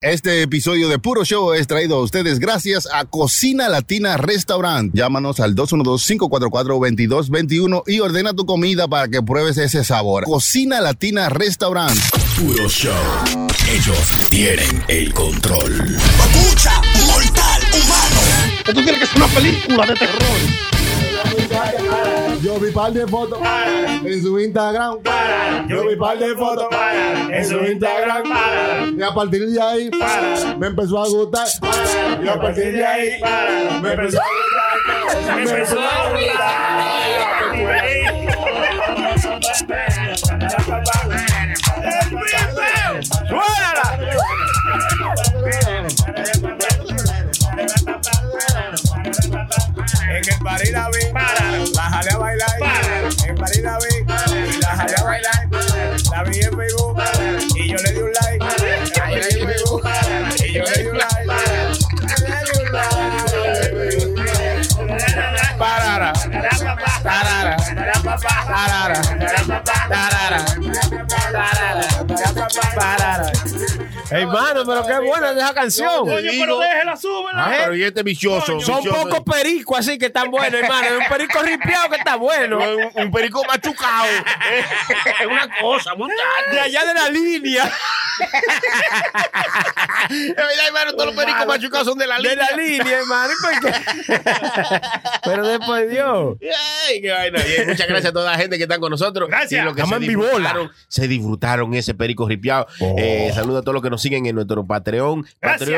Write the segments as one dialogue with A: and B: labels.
A: Este episodio de Puro Show es traído a ustedes gracias a Cocina Latina Restaurant. Llámanos al 212-544-2221 y ordena tu comida para que pruebes ese sabor. Cocina Latina Restaurant.
B: Puro show. Ellos tienen el control.
C: Escucha, mortal humano.
D: Esto tiene que ser una película de terror.
E: Yo vi par de fotos en su Instagram. Yo vi par de fotos en su Instagram. Y a partir de ahí me empezó a gustar. Y a partir de ahí me empezó a gustar. Me empezó a
D: ¡Suélala!
F: En el París la vi, la jalé a bailar. En París la vi, la jalé a bailar. La vi en Facebook y yo le di un like. La vi en Facebook y yo le di un like. Le di un like. Parara, tarara, tarara, tarara, tarara, parara.
G: Hermano, pero qué buena es esa canción.
D: Coño, pero déjela, súbela.
G: ¿Eh?
H: Pero y este bichoso.
G: Son
H: bichoso.
G: pocos pericos así que están buenos, hermano. Es un perico ripiado que está bueno.
H: Un, un perico machucado.
D: Es una cosa,
G: De
D: muchacho.
G: allá de la línea.
H: Es verdad, hermano, todos los pericos machucados son de la
G: De
H: línea.
G: la línea, hermano. ¿y por qué? Pero después de Dios.
H: Ay, qué vaina. Y muchas gracias a toda la gente que está con nosotros.
D: Gracias.
H: Y los que
G: Estamos
H: se
G: en vivola.
H: disfrutaron, se disfrutaron ese perico ripiado. Eh, saludo a todos los que nos siguen en nuestro Patreon.
D: Gracias.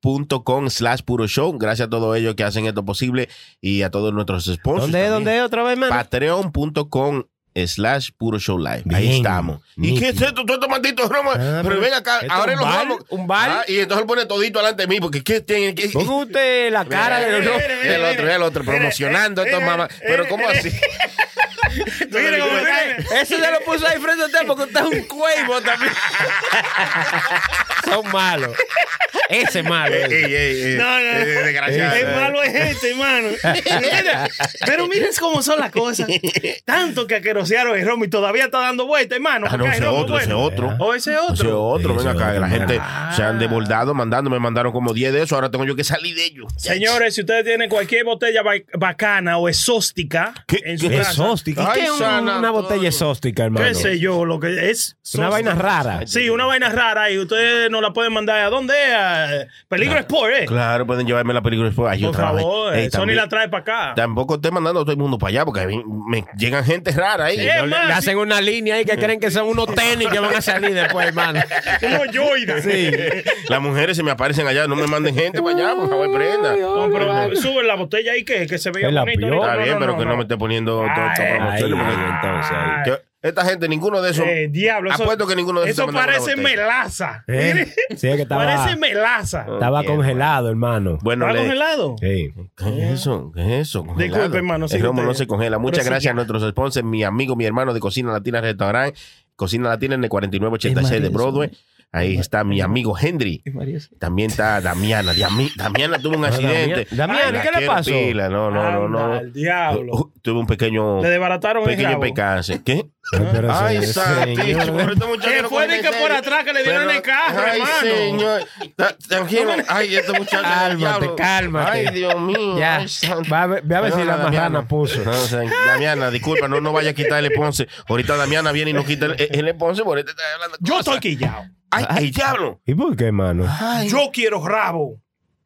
H: Patreon.com slash puro show. Gracias a todos ellos que hacen esto posible y a todos nuestros sponsors.
G: ¿Dónde
H: también.
G: es? ¿Dónde es otra vez, hermano?
H: Patreon.com slash puro show live. Ahí
G: Bien.
H: estamos. ¿Y qué es esto? Todo esto maldito romo.
G: Ah,
H: pero
G: pero
H: ven acá,
G: esto es
H: ahora
G: un
H: los
G: bar,
H: vamos.
G: un bar.
H: Ah, y entonces él pone todito delante de mí, porque ¿qué tiene? qué-
G: Ponga usted la cara de los
H: el otro, el otro, promocionando estos mamás. Pero ¿cómo así?
D: Mire cómo cae.
G: Eso se lo puso ahí frente a usted porque usted es un cuevo también. Son malos. Ese es malo.
H: Ey, ey, ey, ey.
D: No, no, no.
H: Eh, desgraciado.
D: Es malo es gente, hermano. Mira, pero miren cómo son las cosas. Tanto que aquerosearon el Romo y todavía está dando vuelta, hermano.
H: Ah, no,
D: Acá
H: ese
D: Romo,
H: otro, ese
D: bueno.
H: otro.
D: O ese
H: Ese
D: otro.
H: otro,
G: Ese
H: ven acá, que la
G: otro.
H: gente
G: Ah.
H: se han desbordado mandando, me mandaron como 10 de eso, ahora tengo yo que salir de ellos.
D: Señores, si ustedes tienen cualquier botella ba- bacana o exóstica
H: ¿Qué-
D: en su
G: ¿Qué es
D: casa,
G: sóstica?
H: Ay,
G: ¿Qué es una,
H: San
G: una
H: Antonio.
G: botella exóstica, hermano?
D: qué sé yo, lo que es.
G: Una
D: sóstica.
G: vaina rara.
D: Sí, una vaina rara y ustedes nos la pueden mandar a dónde? A Peligro Sport, ¿eh?
H: Claro, pueden llevarme la película después. Ay, yo
D: Por
H: trabajé.
D: favor,
H: Ey,
D: eh, Sony
H: también-
D: la trae para acá.
H: Tampoco estoy mandando a todo el mundo para allá porque a mí me llegan gente rara ahí.
D: Eh,
G: No, le,
D: más,
G: le
D: sí.
G: hacen una línea ahí que creen que son unos tenis que van a salir después, hermano.
D: Unos yoides.
G: Sí.
H: Las mujeres se me aparecen allá, no me manden gente para allá, por favor, prenda.
D: No, pero sube la botella ahí que, que se vea
G: Es la
D: bonito.
G: peor.
D: ahorita.
H: Está bien, pero que no, me
D: no.
H: esté poniendo todas estas
D: Ay,
H: promociones.
G: ay,
H: porque-
G: ay, entonces, ahí.
H: Que- Esta gente, ninguno de esos.
D: Eh, diablo, eso-
H: Apuesto que ninguno de esos. se
D: Eso
H: mandó una
D: parece
H: botella.
D: melaza.
G: ¿Eh? Sí, es que estaba,
D: Parece melaza.
G: estaba congelado, hermano.
H: Bueno,
D: ¿Está
H: le-
D: congelado?
G: Sí.
H: ¿Qué es eso? ¿Qué es eso? Congelado.
D: Disculpe, hermano,
H: El
D: sigue
H: romo
D: usted.
H: no se congela. Muchas
D: Prosiga.
H: gracias a nuestros sponsors, mi amigo, mi hermano de Cocina Latina Restaurant, Cocina Latina en el 4986 de Broadway. Ahí está mi amigo Henry. También está Damiana. Diami- Damiana tuvo un accidente.
G: Damiana,
H: Ay, la
G: ¿qué le
H: quiero
G: pasó?
H: pila. No, no, no,
D: Anda,
H: no.
D: al diablo.
H: Uh, Tuve un pequeño,
D: Le desbarataron el
H: pequeño
D: rabo.
H: percance. ¿Qué?
G: Pero
H: Ay,
G: ese- señor. eh.
H: santísimo. pero este muchacho
D: Que
H: no
D: Eh, fue de
H: coge
D: que por atrás que le dieron en el carro,
H: ay,
D: hermano.
H: señor. Ta- Tranquilo. Ay, este muchacho.
G: Cálmate,
H: diablo.
G: cálmate.
H: Ay, Dios mío.
G: Ya.
H: Ay, santo.
G: Va a ver- ve a ver si
H: Perdona,
G: la marrana
H: Damiana.
G: puso.
H: No, o sea, Damiana, disculpa, no, no vaya a quitar el esponce. Ahorita Damiana viene y nos quita el, el esponce por este está hablando.
D: Yo estoy quillado.
H: Ay, ay, diablo.
G: ¿Y por qué, hermano?
D: Yo quiero rabo.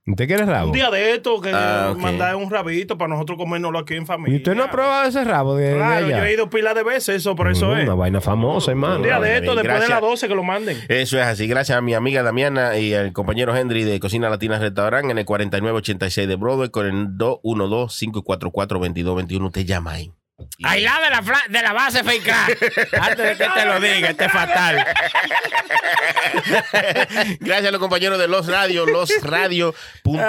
G: ¿Usted quiere
D: Un
G: rabo?
D: día de esto que
H: Ah, ok.
D: mandar un rabito para nosotros comérnoslo aquí en familia.
G: ¿Y usted no ha probado eh, ese rabo de, de
D: Claro,
G: allá?
D: yo he ido pila de veces, eso por eso
G: Mm,
D: es.
G: Una vaina famosa,
D: Un
G: hermano.
D: día de
H: Bueno,
D: esto,
H: bien,
D: después de
H: gracias.
D: las 12 que lo manden.
H: Eso es así. Gracias a mi amiga Damiana y al compañero Henry de Cocina Latina Restaurant en el 4986 de Broadway con el 212-544-2221. Usted llama ahí. Y-
G: Ay, la de la, fra- de la base fecal. Antes de que te lo diga, este es fatal.
H: Gracias a los compañeros de Los Radio, losradio.com.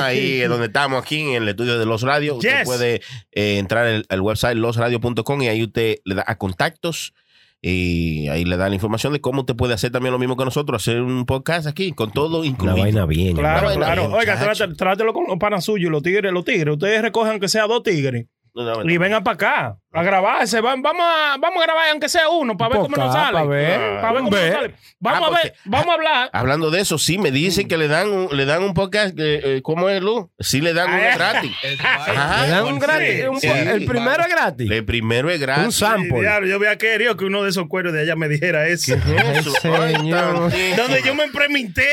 H: Ahí es donde estamos aquí en el estudio de Los Radio. Usted
D: Yes.
H: puede eh, entrar al, al website losradio.com y ahí usted le da a contactos. Y ahí le da la información de cómo usted puede hacer también lo mismo que nosotros, hacer un podcast aquí con todo
G: Una
H: incluido.
G: vaina bien.
D: Claro,
H: Bueno,
D: claro.
H: bien,
D: Oiga,
H: muchacho.
D: trátelo, trátelo con los panas suyos, los tigres, los tigres. Ustedes recojan que sea dos tigres.
H: No, no, no.
D: Y vengan para acá a grabar. Se van, vamos, a, vamos a grabar, aunque sea uno, para ver cómo nos sale.
G: Para
D: Para ver,
G: ver.
D: cómo
G: Ve.
D: nos sale. Vamos
H: Ah,
D: a ver,
H: porque-
D: vamos a hablar.
H: Hablando de eso, sí, me
D: Mm.
H: dicen que le dan un, le dan un podcast, eh, eh, ¿cómo es, Lu? Sí, le dan uno
D: Ah.
H: gratis. Ajá.
G: Le dan un gratis. un-
H: Sí.
G: el primero es gratis.
H: El primero es
G: Un
H: gratis.
G: sample.
I: Diablo, yo había querido que uno de esos cueros de allá me dijera eso.
H: Eso, ay,
G: señor.
H: tantito.
I: Donde yo me empreminté.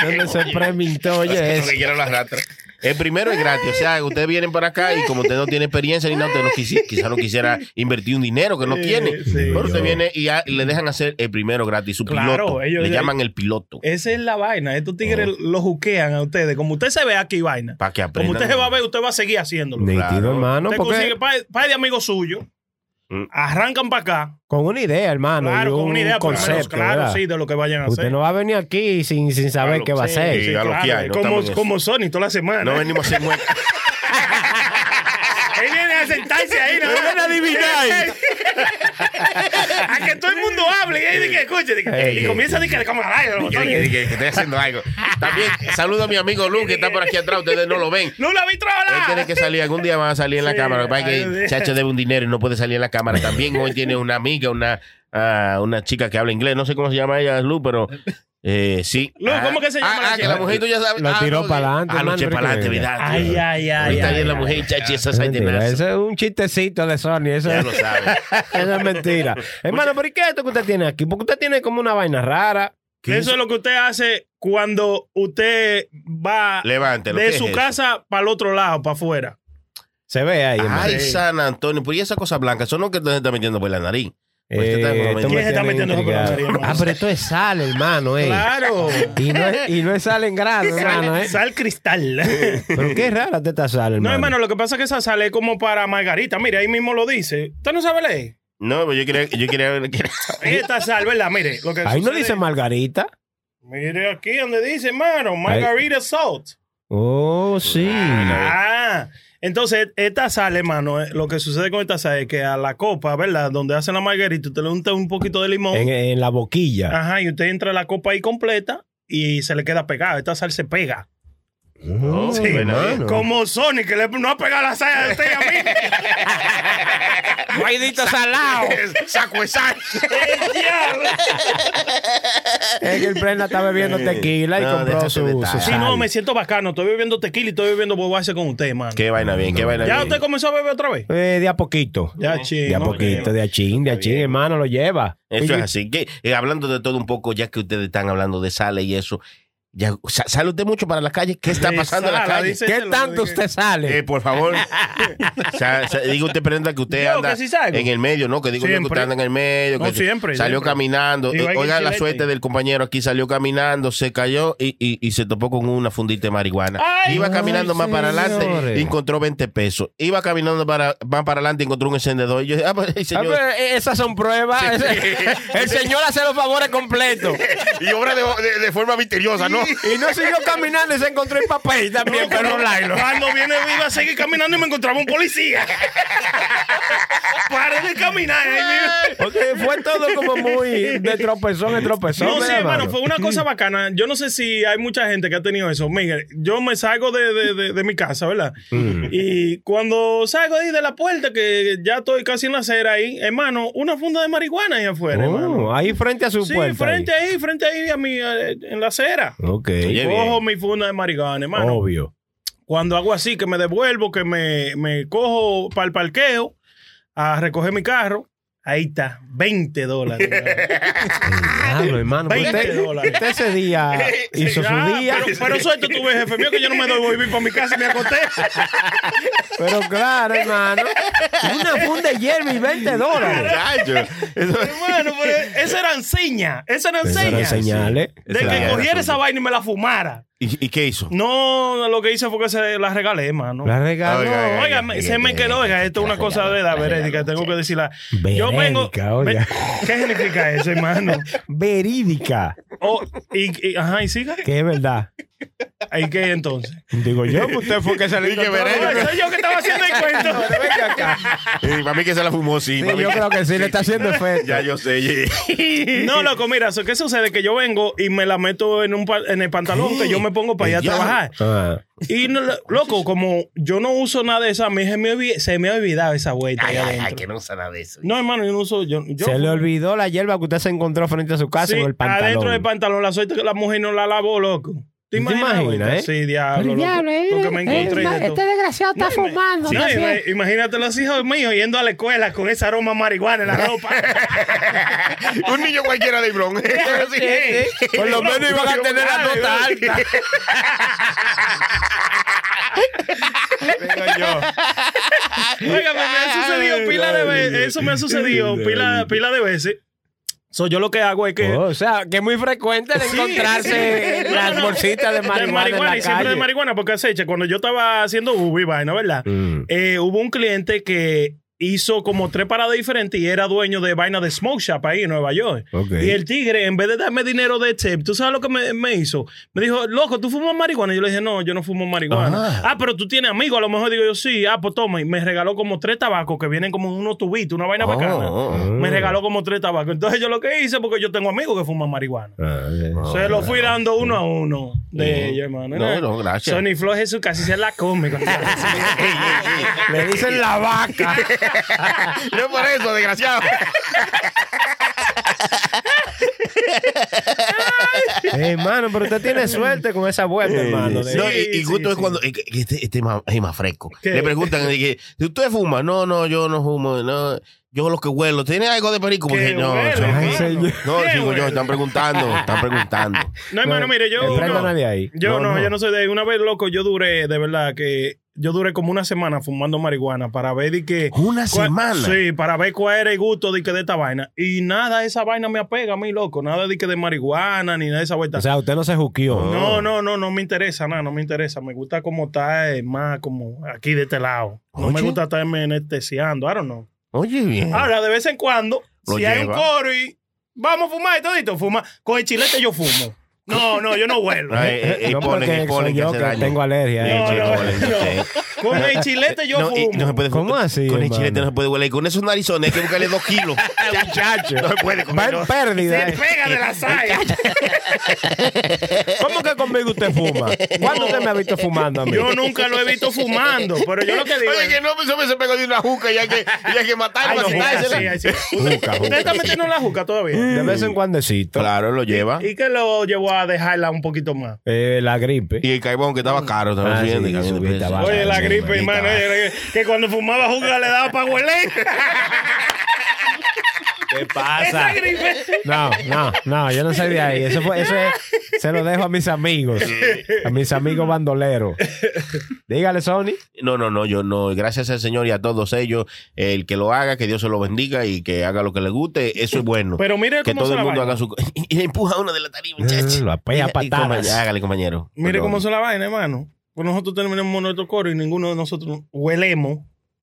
G: Donde se premintó, oye.
H: Lo
G: eso.
H: que quieran las ratas. El primero es gratis. O sea, ustedes vienen para acá y como usted no tiene experiencia ni nada, usted no quisi- quizá no quisiera invertir un dinero que no tiene. pero usted viene y, ya le dejan hacer el primero gratis, su
D: Claro,
H: piloto.
D: ellos-
H: le llaman el piloto.
D: Esa es la vaina. Estos tigres
H: Oh.
D: los juquean a ustedes. Como usted se ve aquí, vaina.
H: Para que
D: Como
H: aprendan.
D: usted se va a ver, usted va a seguir haciéndolo.
H: Nítido,
G: Nítido, hermano.
D: usted consigue
G: Porque
D: par, par de amigos suyos,
H: Mm.
D: arrancan para acá.
G: con una idea, hermano.
D: Claro,
G: Ah, y
D: con
G: un
D: una idea, por lo menos,
G: concepto,
D: claro,
G: ¿verdad?
D: sí, de lo que vayan a
G: Usted
D: hacer.
G: no va a venir aquí sin, sin saber
H: Claro,
G: qué va a
H: sí,
G: hacer.
H: sí, a lo que hay, no estamos en
I: como,
H: eso.
I: como Sony toda la semana.
D: ¿eh?
H: No venimos a hacer muecas.
I: Él viene a sentarse ahí, ¿no?
G: Ven a adivinar.
I: a que todo el mundo hable y ahí de que escuche. de que-
H: Ey,
I: y
H: ey.
I: comienza a decir que le cámara larga, los
H: Yo dije,
I: botones.
H: dije, que estoy haciendo algo. También saludo a mi amigo Lu que está por aquí atrás. Ustedes no lo ven.
I: No la vi
H: Él tiene
I: trabajar.
H: que salir, algún día va a salir en la
I: Sí,
H: cámara. Lo que pasa es
I: algún
H: que
I: día.
H: Chacho debe un dinero y no puede salir en la cámara. También hoy tiene una amiga, una, ah, una chica que habla inglés. No sé cómo se llama ella, Lu, pero eh, sí.
D: Lu, ¿cómo que se llama
H: Ah,
D: la
H: ah, que la
D: chica?
H: mujer tuya sabe.
G: Lo
H: Ah,
G: tiró
H: no,
G: para
H: que-
G: adelante,
H: Ah, lo
G: hermano,
H: eché para adelante,
G: creo que-
H: ¿verdad?
D: Ay, ay, ay.
H: Ahorita
D: ay,
H: viene la
D: ay.
H: mujer, chachi, esa
G: Es mentira,
H: saitenaza.
G: Eso es un chistecito de Sony. Eso,
H: Ya lo sabe.
G: eso es mentira. hermano, pero ¿y qué es esto que usted tiene aquí? Porque usted tiene como una vaina rara.
D: Eso es lo que usted hace cuando usted va
H: Levántelo. ¿qué
D: de
H: es
D: su
H: eso?
D: casa para el otro lado, para afuera.
G: Se ve
D: Ah,
G: ahí, hermano.
H: Ay, San Antonio. Pues y esa cosa blanca, eso no que te está metiendo por la nariz. Pues,
D: este
H: ¿qué tal?
G: Eh, esto me
I: ¿Quién se está
G: tiene
I: metiendo eso por la
G: intrigado.
I: nariz, hermano?
G: Ah, pero esto es sal, hermano, eh.
D: Claro.
G: Y no es, y no es sal en grano, hermano, eh.
I: Sal cristal.
G: Pero qué rara te está sal, hermano.
D: No, hermano, lo que pasa es que esa sale como para Margarita. Mira, ahí mismo lo dice. ¿Usted no sabe leer?
H: No, pero yo quería, yo quería
D: Esta sal, ¿verdad? Mire, lo que
G: Ahí no
D: sucede-
G: dice margarita.
D: Mire aquí donde dice, hermano, Margarita Salt.
G: Oh, sí.
D: Ah, entonces esta sal, hermano, eh, lo que sucede con esta sal es que a la copa, ¿verdad? Donde hacen la margarita, usted le unta un poquito de limón.
G: En, en la boquilla.
D: Ajá, y usted entra la copa ahí completa y se le queda pegada. Esta sal se pega.
G: Oh,
D: Sí,
G: hermano.
D: como Sonic, que le, no ha pegado la sal a usted y a mí.
G: Guaidito salado.
H: saco esa.
G: Es que el prenda está bebiendo tequila y
H: No,
G: compró
H: déjate
G: su,
H: de
G: su
H: estar.
G: sal.
D: Sí, no, me siento bacano. Estoy bebiendo tequila y estoy bebiendo bobace con usted, hermano.
H: Qué vaina bien, qué vaina
D: ¿Ya
H: bien.
D: usted comenzó a beber otra vez?
G: Eh, de a poquito.
D: Ya, ching,
G: De a
D: no,
G: poquito, de a chin, de a chin, hermano, lo lleva.
H: Eso
G: Oye,
H: es así. Que, eh, hablando de todo un poco, ya que ustedes están hablando de sales y eso, ya, sa- ¿sale usted mucho para la calle? ¿Qué está
D: Sí,
H: pasando en la
D: sala,
H: calle?
D: dice-
G: ¿Qué tanto usted sale?
H: Eh, por favor. O sea, sa- digo usted, prenda que usted
D: Yo,
H: anda
D: que sí salgo.
H: en el medio, ¿no? Que digo yo que
D: Siempre.
H: usted anda en el medio. Que
D: No, siempre,
H: Salió
D: siempre.
H: caminando.
D: Digo,
H: Eh,
D: hay que
H: Oigan la
D: chilete.
H: suerte del compañero aquí, salió caminando, se cayó y, y- y se topó con una fundita de marihuana.
D: Ay,
H: Iba caminando
G: ay,
H: más para adelante
G: señores.
H: y encontró 20 pesos. Iba caminando para, más para adelante y encontró un encendedor. Y yo, ah, pues,
G: Ah,
H: señor.
G: pero, eh, esas son pruebas. El señor hace los favores completos.
H: Y obra de, de- de forma misteriosa, ¿no?
G: Y no siguió caminando y se encontró el papel también, pero Lailo.
I: Cuando viene iba a seguir caminando y me encontraba un policía. Para de caminar.
D: eh,
I: ahí mismo.
G: Porque fue todo como muy de tropezón en tropezón.
D: No, sí,
G: ¿verdad,
D: hermano,
G: mano?
D: fue una cosa bacana. Yo no sé si hay mucha gente que ha tenido eso. Miguel, yo me salgo de, de- de- de mi casa, ¿verdad?
H: Mm.
D: Y cuando salgo ahí de la puerta, que ya estoy casi en la acera ahí, hermano, una funda de marihuana ahí afuera, hermano.
G: Oh, ahí frente a su
D: Sí,
G: puerta.
D: frente
G: ahí.
D: ahí, frente ahí a mi, eh, en la acera.
G: Ok.
H: Oye, bien.
D: Cojo mi funda de marihuana, hermano.
G: Obvio.
D: Cuando hago así, que me devuelvo, que me, me cojo para el parqueo a recoger mi carro, ahí está, 20 dólares. hermano.
G: Claro, hermano. pero
D: 20
G: Usted,
D: Ah, dólares.
G: usted ese día hizo
D: Ah,
G: su día.
D: Pero, pero suelto tú ves, jefe mío, que yo no me doy voy a vivir para mi casa y me acosté.
G: Pero claro, hermano. Una funda de hierba y 20 dólares.
H: Chacho. Eso-
D: Hermano, pero esas eran señas. Esas eran
G: Esas eran
D: señas.
G: señales.
D: De
H: Esa
D: que
H: era
D: cogiera
H: suya.
D: esa vaina y me la fumara.
H: ¿Y, y qué hizo?
D: No, lo que hice fue que se la regalé, hermano.
G: La regaló.
H: Oiga, oiga.
D: Ah, Oiga, me- se me quedó, oiga, esto es una cosa de edad verédica, tengo que decirla. Yo vengo.
G: Verédica, oiga.
D: Ve- ¿Qué significa eso, hermano?
G: Verídica.
D: Oh, y, y- ajá, y siga.
G: Que es verdad.
D: ¿Y qué entonces?
G: Digo yo, que usted fue que se le
H: Dije,
G: encontró.
H: veré,
D: Oye, soy yo que estaba haciendo el cuento.
G: Venga acá.
H: Eh, para mí que se la fumó, sí.
G: Sí,
H: para mí
G: yo
H: que-
G: creo que sí, le está haciendo efecto.
H: Ya yo sé. yeah.
D: No, loco, mira, so- ¿qué sucede? Que yo vengo y me la meto en, un pa- en el pantalón que yo me pongo para ir a
H: Ya.
D: trabajar.
G: Ah,
D: Y, no- loco, como yo no uso nada de esa, a mí se me, olvi- se me ha olvidado esa vuelta
H: Ay,
D: ahí
H: ay, ay,
D: adentro.
H: que no usa nada de eso.
D: No, hermano, yo no uso. Yo, yo-
G: se le olvidó la hierba que usted se encontró frente a su casa
D: Sí,
G: en el pantalón.
D: adentro del pantalón. La suerte que la mujer no la lavó, loco. ¿Te
G: ¿Te
D: imaginas?
G: imaginas,
D: güey?
G: eh?
D: Sí, diablo. Loco, lo que me encontré. y de todo.
G: este desgraciado está
D: No, ima- sí,
G: no
D: ima- imagínate los hijos míos yendo a la escuela con ese aroma a marihuana en la ropa.
H: Un niño cualquiera de Ibrón.
D: eh,
G: Por lo menos iban a tener la nota alta.
D: Oiga, me ha sucedido pila de veces. Eso me ha sucedido pila, pila de veces. So, yo lo que hago es que.
G: Oh, o sea, que es muy frecuente el
D: Sí.
G: encontrarse
D: No,
G: las
D: no, no.
G: bolsitas de marihuana, en
D: y
G: la
D: siempre
G: calle.
D: de marihuana, porque acecha. Cuando yo estaba haciendo Uber y vaina, ¿verdad?
G: Mm,
D: Eh, hubo un cliente que hizo como tres paradas diferentes y era dueño de vaina de smoke shop ahí en Nueva York. Y el tigre, en vez de darme dinero de tip, ¿tú sabes lo que me, me hizo? Me dijo, loco, ¿tú fumas marihuana? Y yo le dije, no, yo no fumo marihuana. Ah, pero tú tienes amigos. A lo mejor digo yo, sí. Ah, pues toma. Y me regaló como tres tabacos que vienen como en unos tubitos, una
H: Oh,
D: vaina bacana. Me regaló como tres tabacos. Entonces yo lo que hice, porque yo tengo amigos que fuman marihuana.
G: Ah, eh.
D: Se lo fui dando uno a uno de ellos, hermano.
H: Oh, No, no, gracias.
D: Sony Flo Jesús casi se la come. cuando-
G: Le dicen la vaca.
H: No por eso, desgraciado.
G: hermano, pero usted tiene suerte con esa vuelta, hermano. de-
H: no, y, y
D: sí,
H: justo es
D: sí.
H: cuando. eh, que- que Este, este es más, es más fresco.
D: ¿Qué?
H: Le preguntan, eh, que, si usted fuma, no, no, yo no fumo, no, yo lo que huelo, ¿tiene algo de perico?
D: Que
H: Porque no,
D: huele,
H: eso-
D: hermano.
G: Ay, señor.
H: no,
D: ¿Qué
H: digo yo,
D: huele?
H: están preguntando, están preguntando.
D: No, hermano, mire, yo.
G: No prenda
D: no.
G: a nadie ahí.
D: Yo
H: No,
D: no,
H: no.
D: yo no soy de ahí. Una vez, loco, yo duré, de verdad, que yo duré como una semana fumando marihuana para ver de que.
H: Una
D: cuál-
H: semana.
D: Sí, para ver cuál era el gusto de que de esta vaina. Y nada, esa vaina me apega a mí, loco. Nada de que de marihuana ni nada de esa vuelta.
G: O sea, usted no se juqueó.
H: oh.
D: no, no, no, no me interesa nada, no me interesa. Me gusta como estar eh, más como aquí de este lado. No me
H: Oye.
D: gusta estarme anestesiando, I don't know.
H: Oye, bien.
D: Ahora, de vez en cuando,
H: Lo
D: si hay un
H: lleva.
D: coro y vamos a fumar y todito, fuma. Con el chilete yo fumo. No, no, yo no vuelo.
H: Ay, eh, eh,
G: No,
H: ponen,
G: porque
H: eh, ponen
G: soy
H: que
G: yo
H: hace
G: que
H: daño.
G: tengo alergia.
H: Eh,
D: No,
H: sí,
D: no,
H: ponen,
D: no.
H: sí.
D: Con el chilete yo
H: No, y
D: fumo.
H: no se puede
G: ¿Cómo así,
H: Con el
G: hermano?
H: chilete no se puede hueler. Y con esos narizones hay que buscarle dos kilos.
G: Muchacho.
H: No se puede
G: Va
H: comer.
G: en pérdida.
D: Se
G: eh.
D: pega de la saya.
G: ¿Cómo que conmigo usted fuma? ¿Cuándo usted me ha visto fumando a mí?
D: Yo nunca lo he visto fumando, pero yo lo que digo.
H: Oye, que
D: es-
H: no, eso me se pegó de una juca y hay que, y hay que
D: Ay,
H: matarlo.
D: no, juca,
H: matársela.
D: sí, ay, sí. Usted usted está metiendo la juca
H: Mm.
D: todavía.
G: De vez en cuandecito.
H: Claro, lo lleva.
D: ¿Y qué lo llevó a dejarla un poquito más?
G: Eh, la gripe.
H: Y el caibón que estaba caro, ¿te
G: Ah,
H: lo
G: sí,
H: entiendes?
G: subí, estaba
D: Oye, la
G: sí,
D: gripe, hermano. eh. oye, la gripe, Que cuando fumaba juca le daba para hueler.
G: ¿Qué pasa?
D: Esa gripe.
G: No, no, no, yo no soy de ahí. Eso fue, eso es- se lo dejo a mis amigos, a mis amigos bandoleros. Dígale, Sony.
H: No, no, no, yo no. Gracias al Señor y a todos ellos. El que lo haga, que Dios se lo bendiga y que haga lo que le guste, eso es bueno.
D: Pero mire
H: que
D: cómo
H: todo
D: son
H: el
D: la
H: mundo
D: vaina.
H: haga su. co- Y le empuja a uno de la tarima, muchacho.
G: Eh, Lo apella a
H: Y- y compañero,
G: patadas.
H: Hágale, compañero.
D: Mire
H: Perdón.
D: cómo son la vaina, hermano. Pues nosotros tenemos nuestro coro y ninguno de nosotros huelemos.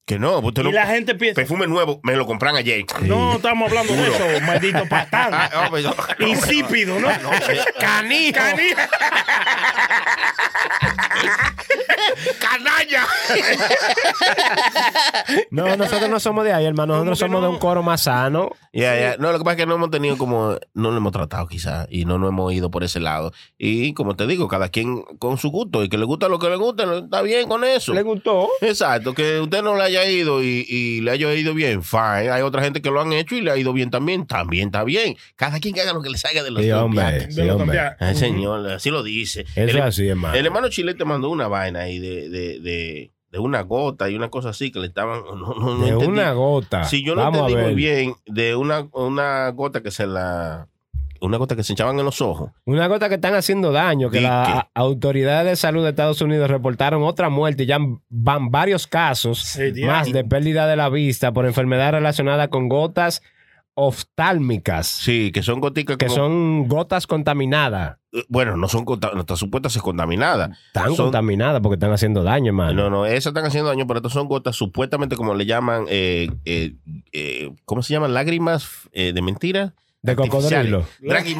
H: Que no, usted lo.
D: Y la gente piensa,
H: Perfume nuevo, me lo compran ayer.
D: no estamos hablando de eso, maldito
H: Ah,
D: patán.
H: no, pues, no, no,
D: Insípido, ¿no?
H: no, eh,
D: Canijo.
H: ¡Canalla!
G: No, nosotros no somos de ahí, hermano.
D: ¿Cómo
G: Nosotros
D: que
G: somos de
D: no?
G: un coro más sano.
H: Ya, ya. No, lo que pasa es que no hemos tenido como. No lo hemos tratado, quizás. Y no nos hemos ido por ese lado. Y como te digo, cada quien con su gusto. Y que le gusta lo que le gusta, no- está bien con eso.
G: ¿Le gustó?
H: Exacto, que usted no le haya ido y, y le haya ido bien, fine. Hay otra gente que lo han hecho y le ha ido bien también, también está bien. Cada quien que haga lo que le salga de los
G: Sí,
H: pies.
G: hombre, sí,
D: De lo
G: hombre.
D: cambiar.
H: Ay, señor, así lo dice. el,
G: Eso es así, hermano.
H: el hermano Chile te mandó una vaina ahí de, de, de, de una gota y una cosa así que le estaban... No, no, no
G: De
H: entendí.
G: una gota.
H: Si yo no
G: Ah, Vamos
H: entendí
G: a
H: muy
G: ver.
H: bien, de una, una gota que se la... Una gota que se echaban en los ojos.
G: Una gota que están haciendo daño, que
H: ¿Y
G: las
H: qué?
G: a- autoridades de salud de Estados Unidos reportaron otra muerte. Ya van varios casos
D: Sí, diablo.
G: más de pérdida de la vista por enfermedad relacionada con gotas oftálmicas.
H: Sí, que son goticas
G: que
H: como- eh,
G: son gotas contaminadas.
H: Bueno, no son... conta- No, están supuestas a ser contaminadas.
G: Están
H: Son-
G: contaminadas porque están haciendo daño, hermano.
H: No, no, esas están haciendo daño, pero estas son gotas supuestamente como le llaman, eh, eh, eh, ¿cómo se llaman? Lágrimas eh, de mentira.
G: De cocodrilo.
H: Draghi-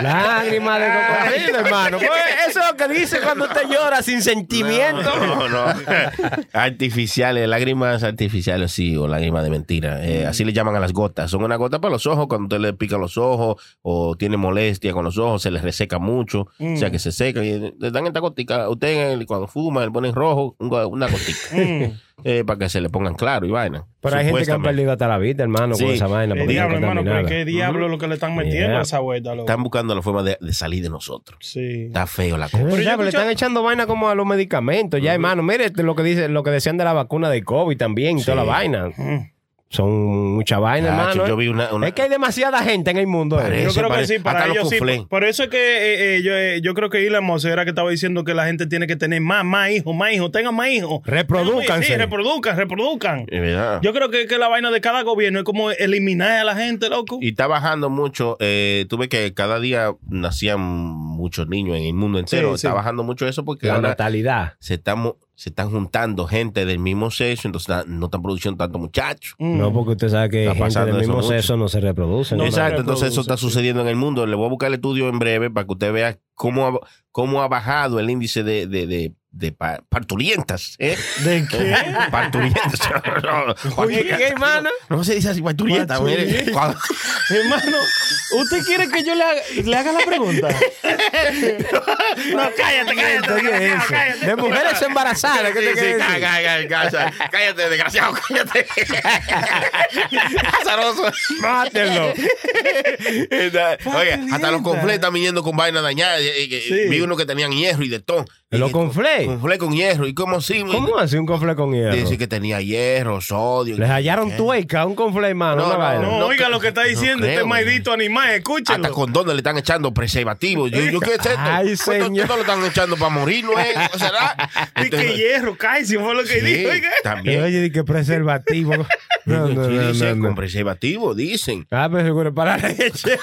G: Lágrimas de cocodrilo, hermano. Pues eso es lo que dice cuando usted llora sin sentimiento.
H: No, no. Artificiales, lágrimas artificiales, sí, o lágrimas de mentira. Eh,
G: Mm.
H: Así le llaman a las gotas. Son una gota para los ojos cuando usted le pica los ojos o tiene molestia con los ojos, se les reseca mucho, o
G: Mm.
H: sea que se seca. Y le dan esta gotica. Usted eh, cuando fuma, le ponen rojo un go- una
D: Mm.
H: gotica eh, para que se le pongan claro y vaina.
G: Pero hay gente que han
H: Supuestamente.
G: perdido hasta la vida, hermano,
H: Sí.
G: con esa vaina.
D: Eh,
G: porque está
D: diablo, hermano, pero
G: contaminada.
D: qué diablo lo que le están metiendo
G: Yeah.
D: a esa vuelta, loco.
H: Están buscando la forma de, de salir de nosotros.
D: Sí.
H: Está feo la
G: Es
H: cosa.
G: verdad,
D: yo
G: pero le
D: escucho-
G: están echando vaina como a los medicamentos, ya hermano. Mire lo que dice, lo que decían de la vacuna de COVID también, y toda la vaina.
D: Mm.
G: Son mucha vaina,
H: Chacho,
G: hermano.
H: yo
G: eh.
H: vi una- una-
G: Es que hay demasiada gente en el mundo. eh.
H: Parece.
D: Yo creo que
H: parece-
D: sí, para
H: hasta los
D: ellos sí.
H: Kuflén.
D: Por eso es que eh, eh, yo, eh, yo creo que Elon Musk era que estaba diciendo que la gente tiene que tener más, más hijos, más hijos, tengan más hijos.
G: Reprodúcanse.
D: Sí, reproduzcan, reproduzcan.
H: Es verdad.
D: Yo creo que, que la vaina de cada gobierno es como eliminar a la gente, loco.
H: Y está bajando mucho. Eh, tuve que cada día nacían muchos niños en el mundo entero.
D: Sí, sí.
H: Está bajando mucho eso porque
G: La
H: ahora
G: natalidad.
H: se, están, mu- se están juntando gente del mismo sexo, entonces na- no están produciendo tanto muchachos.
D: Mm.
G: No, porque usted sabe que
H: Está
G: gente
H: pasando
G: del
H: eso
G: mismo
H: mucho.
G: sexo no se reproduce.
D: No,
G: ¿no?
H: Exacto,
D: no
H: entonces eso
D: reproduce,
H: está sucediendo en el mundo. Le voy a buscar el estudio en breve para que usted vea cómo ha, cómo ha bajado el índice de, de, de, de pa- parturientas. ¿eh?
D: ¿De qué?
H: Parturientas.
D: Oye, ¿qué, hermano?
H: No se dice así, parturientas. mujeres. Cuando-
D: Hermano, ¿usted quiere que yo le haga, le haga la pregunta?
J: No, cállate, cállate.
G: ¿Qué es
J: cállate,
G: eso?
J: cállate.
G: De mujeres embarazadas. ¿qué te
H: Sí, sí,
G: quiere
H: ca-
G: decir?
H: ca- ca- ca- ca- Cállate, desgraciado, cállate. Azaroso.
G: Mátenlo.
H: Oye, hasta los confles están viniendo con vainas dañadas. Eh, eh,
D: Sí.
H: Vi uno que tenían hierro y de todo.
G: ¿Los
H: Y-
G: conflé?
H: Conflé con hierro. ¿Y cómo así? güey?
G: ¿Cómo hace un confle con hierro?
H: Dice que tenía hierro, sodio.
G: Les hallaron tueca, un confle, hermano.
H: No,
G: una
H: no,
G: vaina.
D: No,
H: No
D: oiga
H: creo-
D: lo que está
H: no
D: diciendo
H: creo,
D: este
H: man.
D: maldito animal, escúchelo.
H: Hasta con dónde le están echando preservativos. Yo, yo, ¿Qué es esto?
G: Ay,
H: ¿Cuánto-
G: señor.
H: ¿Cuánto lo están echando para morir? ¿No es? ¿O será?
J: Y que
H: Entonces,
J: hierro, calcio, fue lo que dijo.
H: sí,
J: oiga.
G: Y
H: También.
G: Oye, di que preservativo. No, no, no,
H: Sí,
G: no,
H: dicen
G: no.
H: Con preservativo, dicen.
G: Ah, pero seguro para la leche.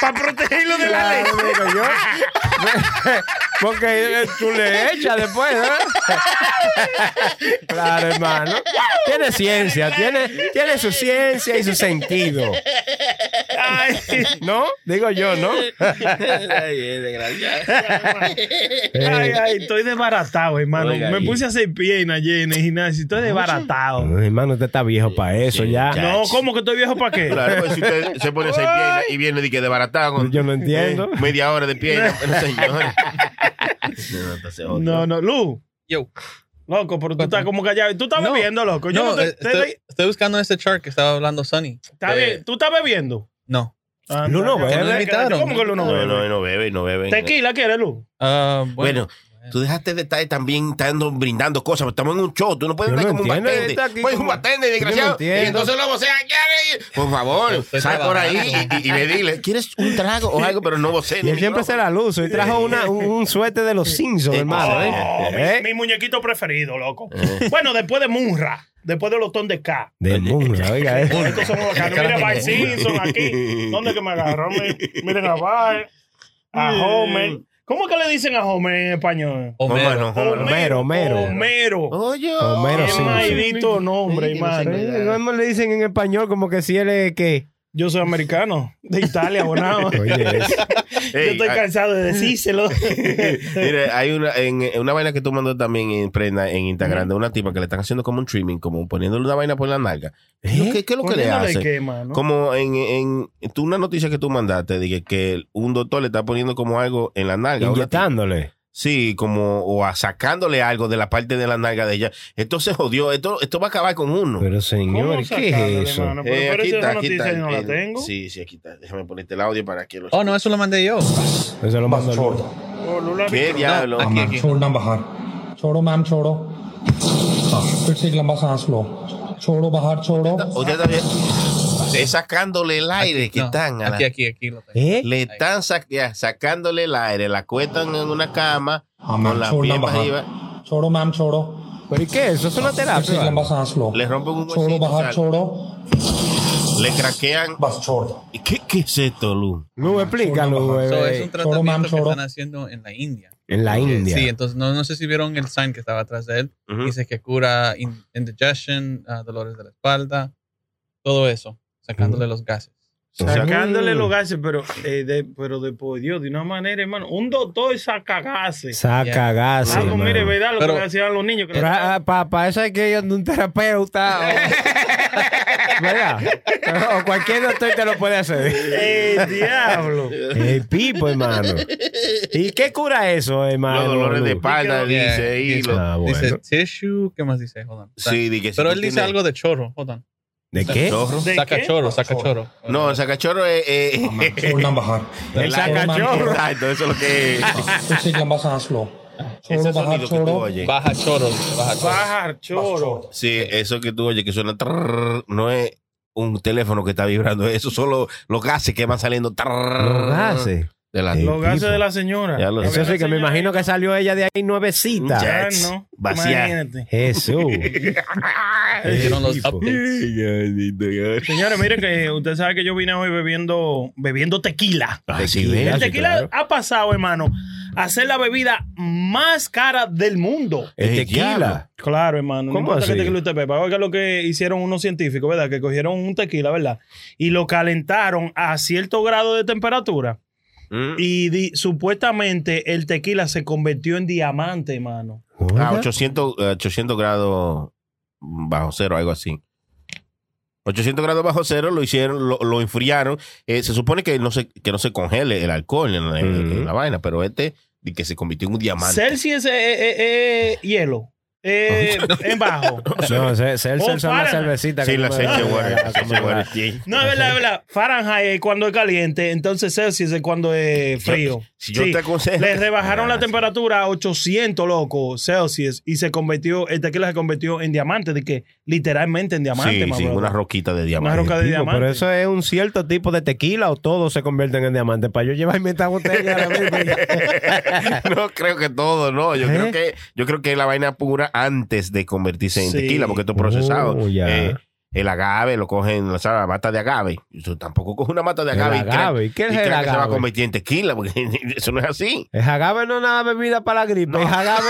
J: Para protegerlo de la leche.
G: Claro, digo yo. Porque eh, tú le echas después, ¿no? Claro, hermano. Tiene ciencia, tiene, tiene su ciencia y su sentido.
D: Ay,
G: ¿No? Digo yo, ¿no?
D: ay, ay, estoy desbaratado, hermano.
H: Oiga,
D: Me
H: y-
D: puse a hacer piernas ayer en el gimnasio. Estoy desbaratado.
G: Ay, hermano, usted está viejo para eso
H: sí,
G: ya.
H: ya.
D: No, ¿cómo que estoy viejo para qué?
H: Claro, pues, si usted se pone seis piernas y viene de que de baratá con
G: Yo no entiendo.
H: media hora de pierna. Bueno, señores. No, entonces, otro.
D: No, no, Lu.
K: Yo.
D: Loco, pero tú estás como callado. Tú estás
K: No,
D: bebiendo, loco. Yo no,
K: No,
D: te-
K: eh,
D: te-
K: estoy, estoy buscando ese chart que estaba hablando Sonny.
D: está
K: Eh,
D: bien. ¿Tú estás bebiendo?
K: No.
D: Ah,
G: Lu no
D: está bien.
G: bebe.
K: Que no invitaron.
D: ¿Cómo que Lu no
H: No,
D: bebe?
H: no, no bebe, no bebe.
D: Tequila, ¿quieres, Lu?
K: Ah, bueno,
H: Bueno, tú dejaste de estar también estando brindando cosas, pero estamos en un show, tú no puedes
G: Yo
H: estar
G: no
H: como un
G: entiendo,
H: bartender.
G: está aquí
H: Pues un
G: como-
H: bartender,
G: Yo no
H: desgraciado. Y
G: entiendo.
H: entonces luego se por favor,
K: Estoy
H: sal por ahí
K: trabajando.
H: y, y- y me dile, ¿quieres un trago o algo? Pero no vocé.
G: Y él siempre se la luz. Hoy trajo una, un, un suéter de los Simpsons, hermano. ¿eh?
D: Oh, mi-
G: ¿Eh?
D: mi, muñequito preferido, loco. bueno, después de Munra, después de los ton de K.
G: De Munra, oiga, eh.
D: Estos son bacanos. Mira, Bart Simpson aquí. ¿Dónde que me agarró? Mi- Miren a Bart, a
H: Mm.
D: Homer. ¿Cómo que le dicen a Homer en español?
K: Homero.
G: Homero, Homero.
D: Homero.
H: Oye,
G: Homero
D: Qué
G: Simpson.
D: maldito nombre, hermano.
G: Eh, No le dicen en español como que si él es que.
D: Yo soy americano, de Italia, abonado.
G: Oye, es-
H: Ey,
D: Yo estoy
H: ah,
D: cansado de decírselo.
H: Mira, hay una, en, en una vaina que tú mandó también en prenda en Instagram de una tipa que le están haciendo como un trimming, como poniéndole una vaina por la nalga. ¿Qué es lo que- qué es lo que le
D: ¿Eh? Poniéndole
H: hace?
D: qué, mano.
H: Como en, en tú, una noticia que tú mandaste, dije que un doctor le está poniendo como algo en la nalga. una tipa.
G: Inyectándole.
H: Sí, como o a sacándole algo de la parte de la nalga de ella. Esto se jodió, esto, esto va a acabar con uno.
G: Pero
D: ¿Cómo
G: señor, ¿qué
D: sacándole,
G: es eso?
D: mano? Pero,
H: Eh,
D: pero
H: aquí
D: esa
H: está, aquí
D: noticia
H: está.
D: yo no
H: Eh,
D: la tengo.
H: Sí, sí, aquí está. Déjame ponerte el audio para que lo...
K: Oh, no, eso lo mandé yo.
G: Eso lo mandó Luis.
D: Oh, Lula,
H: ¿Qué diablo?
L: हाँ,
K: aquí, aquí.
L: छोड़ना बाहर छोड़ो ma'am छोड़ो हाँ, फिर से एक लंबा सांस लो छोड़ो बाहर छोड़ो
H: Usted está bien. Es sacándole el aire que
K: No,
H: están a la
K: aquí, aquí, aquí lo tengo.
G: ¿Eh?
H: Le están sac- ya, sacándole el aire, la cuestan en una cama,
L: हाँ
H: con
L: मैम
H: la
L: छोड़ना
H: piel para
L: बाहर
H: arriba,
L: छोड़ो ma'am छोड़ो
G: ¿Pero y qué es eso? Es una
L: फिर से एक
G: terapia.
L: लंबा सांस लो
H: le rompen un
L: छोड़ो
H: huesito,
L: बाहर
H: sal-
L: छोड़ो
H: le craquean.
L: बस छोड़ दो हाँ,
H: ¿Y ¿Qué, qué es esto, Lu?
G: Lu, explícalo, güey.
K: So, es un
L: Choro, mam,
K: tratamiento que
L: choro.
K: están haciendo en la India. Eh,
G: En la India.
K: Sí, entonces no, no sé si vieron el sign que estaba atrás de él.
H: Ujú.
K: Dice que cura in- indigestion, ah, dolores de la espalda, todo eso. sacándole los gases.
D: Sacándole los gases, pero, eh, de, pero de por Dios, de una manera, hermano. Un doctor saca gases.
G: Saca gases,
D: Ah, pues, mire,
G: hermano.
D: ¿verdad? Lo
G: Pero-
D: que le hacían a los niños. Que le-
G: Pero, ah, pa- para eso hay que ir a un terapeuta. o- ¿Verdad? O cualquier doctor te lo puede hacer.
D: ¡Eh, diablo!
G: El pipo, hermano. ¿Y qué cura eso, hermano?
H: Los dolores de
G: Lu?
H: espalda, dice. y lo-
G: Ah, bueno.
K: Dice tissue, ¿qué más dice? Hold on.
H: Sí, di que sí
K: Pero
H: que
K: él dice
H: tiene-
K: algo de chorro, hold on.
G: ¿De qué?
H: ¿Chorro?
D: ¿De
K: saca
D: qué?
K: chorro, saca chorro.
H: No, el sacachorro es.
L: Ah,
H: eh,
L: छोड़ना बाहर
G: El sacachorro.
H: Exacto, eso es lo que.
L: फिर से एक लंबा सांस लो
H: Ese
L: छोड़ो बाहर
H: sonido que tú
L: छोड़ो
H: oyes.
K: Baja chorro, dice, baja chorro.
D: Bajar choro.
H: Sí, eso que tú oyes que suena. trrr, no es un teléfono que está vibrando. Eso son los, los gases que van saliendo. trrr,
G: Los gases.
H: de la-
G: Sí.
D: Los gases
G: tipo.
D: de la señora.
H: Ya lo
D: La
H: sé.
G: Eso sí, que me
D: señora-
G: imagino que salió ella de ahí nuevecita.
H: Ya.
D: Ah, no.
H: Vacía.
D: Imagínate.
G: Jesús.
K: Le dieron los
G: Tipo.
K: updates.
D: Señores, miren que usted sabe que yo vine hoy bebiendo, bebiendo tequila.
H: Ay, sí,
G: Tequila.
H: vea.
D: El
G: sí,
D: tequila
G: claro.
D: ha pasado, hermano, a ser la bebida más cara del mundo.
G: El
H: Ey,
G: tequila.
D: Claro, hermano.
G: Eh, ¿Cómo
D: no importa
G: así?
D: qué tequila usted beba. Oiga lo que hicieron unos científicos, ¿verdad? Que cogieron un tequila, ¿verdad? Y lo calentaron a cierto grado de temperatura.
H: Mm.
D: Y di- supuestamente el tequila se convirtió en diamante, hermano.
H: Ah,
G: Oiga.
H: 800, eh, 800 grados bajo cero, algo así. 800 grados bajo cero lo hicieron, lo, lo enfriaron. Eh, se supone que no, se, que no se congele el alcohol en la, en- en la vaina, pero este di que se convirtió en un diamante.
D: Mm. Celsius es eh, eh, eh, hielo. Eh, en bajo.
G: No, se, se,
D: Oh,
G: son las
D: para.
G: cervecitas.
H: Sí,
G: que
H: la
G: me-
H: aceite
G: Ah, como-
D: No, es verdad, es verdad. Fahrenheit es cuando es caliente, entonces Celsius es cuando es frío.
H: Si yo
D: Sí.
H: te aconsejo.
D: Le rebajaron la
H: Ah, sí.
D: temperatura a 800, loco, Celsius, y se convirtió, el tequila se convirtió en diamante, de que literalmente en diamante,
H: Sí,
D: my
H: sí,
D: brother.
H: una roquita de
D: Una
H: diamante.
D: roca de
G: Tipo,
D: diamante.
G: Pero eso es un cierto tipo de tequila o todos se convierten en diamantes. Para yo llevarme esta botella. a la misma.
H: no creo que todo, no. Yo
G: ¿Eh?
H: creo que yo creo que es la vaina pura antes de convertirse en
D: Sí.
H: tequila, porque esto es procesado.
G: Oh, ya.
H: Eh, el agave lo cogen, o sea, la mata de agave. Yo tampoco coge una mata de
G: El
H: agave.
G: agave.
H: Y crea,
G: ¿Qué es
H: y
G: el
H: crea que se va a
G: agave?
H: convertir en tequila, porque eso no es así.
G: El jagabe no es nada bebida para la gripe. El jagabe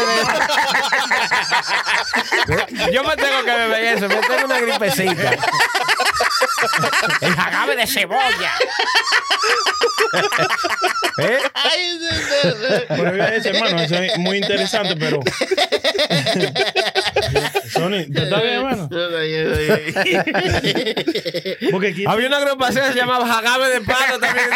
G: de... Yo me tengo que beber eso. Me tengo una gripecita. El jagabe de cebolla. ¿Eh?
D: Pero mira ese, hermano, eso es muy interesante, pero. Sony, ¿te está bien, hermano? Porque aquí.
G: Había una agrupación que se llamaba Jagabe de Palo también.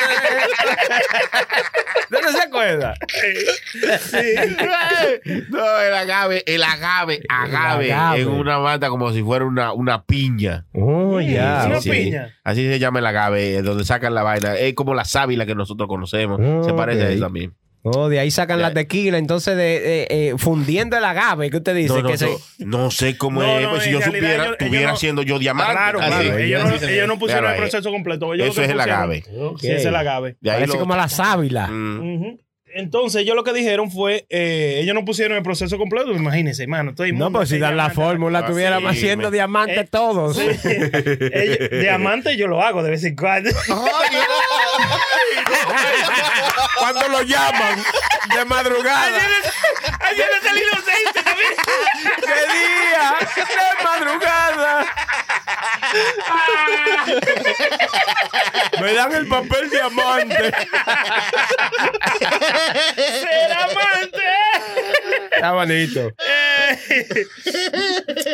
G: ¿No, no se acuerda?
H: no, el agave, el agave, agave,
G: agave.
H: en una mata como si fuera una, una piña.
G: Oh, ya.
D: Una
H: Sí.
D: piña.
H: Así se llama el agave, eh, donde sacan la vaina. Es como la sábila que nosotros conocemos. Se
G: Ah, Ok.
H: parece a eso también.
G: Oh, de ahí sacan
H: Ya.
G: la tequila, entonces de, eh, eh, fundiendo el agave, ¿qué usted dice?
H: No, no,
G: que se-
H: no, no sé cómo
D: No,
H: es.
D: no,
H: pues, si
D: en
H: yo
D: realidad
H: supiera,
D: ellos- ellos
H: tuviera
D: no-
H: siendo yo diamante.
D: Claro,
H: Así.
D: claro. Ah, Ellos, no,
K: sí,
D: ellos no pusieron
H: Claro,
D: el
H: ahí.
D: proceso completo. Ellos lo
H: Eso
D: que
H: es el
D: pusieron-
H: agave.
D: Sí, es el agave.
H: De ahí
G: parece
H: lo-
G: como la sábila.
H: Mm.
D: Ujú. Entonces, ellos lo que dijeron fue: eh, ellos no pusieron el proceso completo. Imagínense, hermano. todo el
G: No,
D: mundo
G: pues si
D: se
G: dan la
D: llama-
G: fórmula,
H: Mm. Ah,
G: tuviéramos
H: sí,
G: haciendo
H: me-
G: diamantes
D: Eh,
G: todos.
D: Sí. Ellos- diamante yo lo hago de vez en cuando.
G: Cuando lo llaman de madrugada.
D: Ayer me salí inocente también.
G: ¡Qué día! ¡De madrugada! Me dan el papel diamante.
D: Ser amante.
G: Está bonito.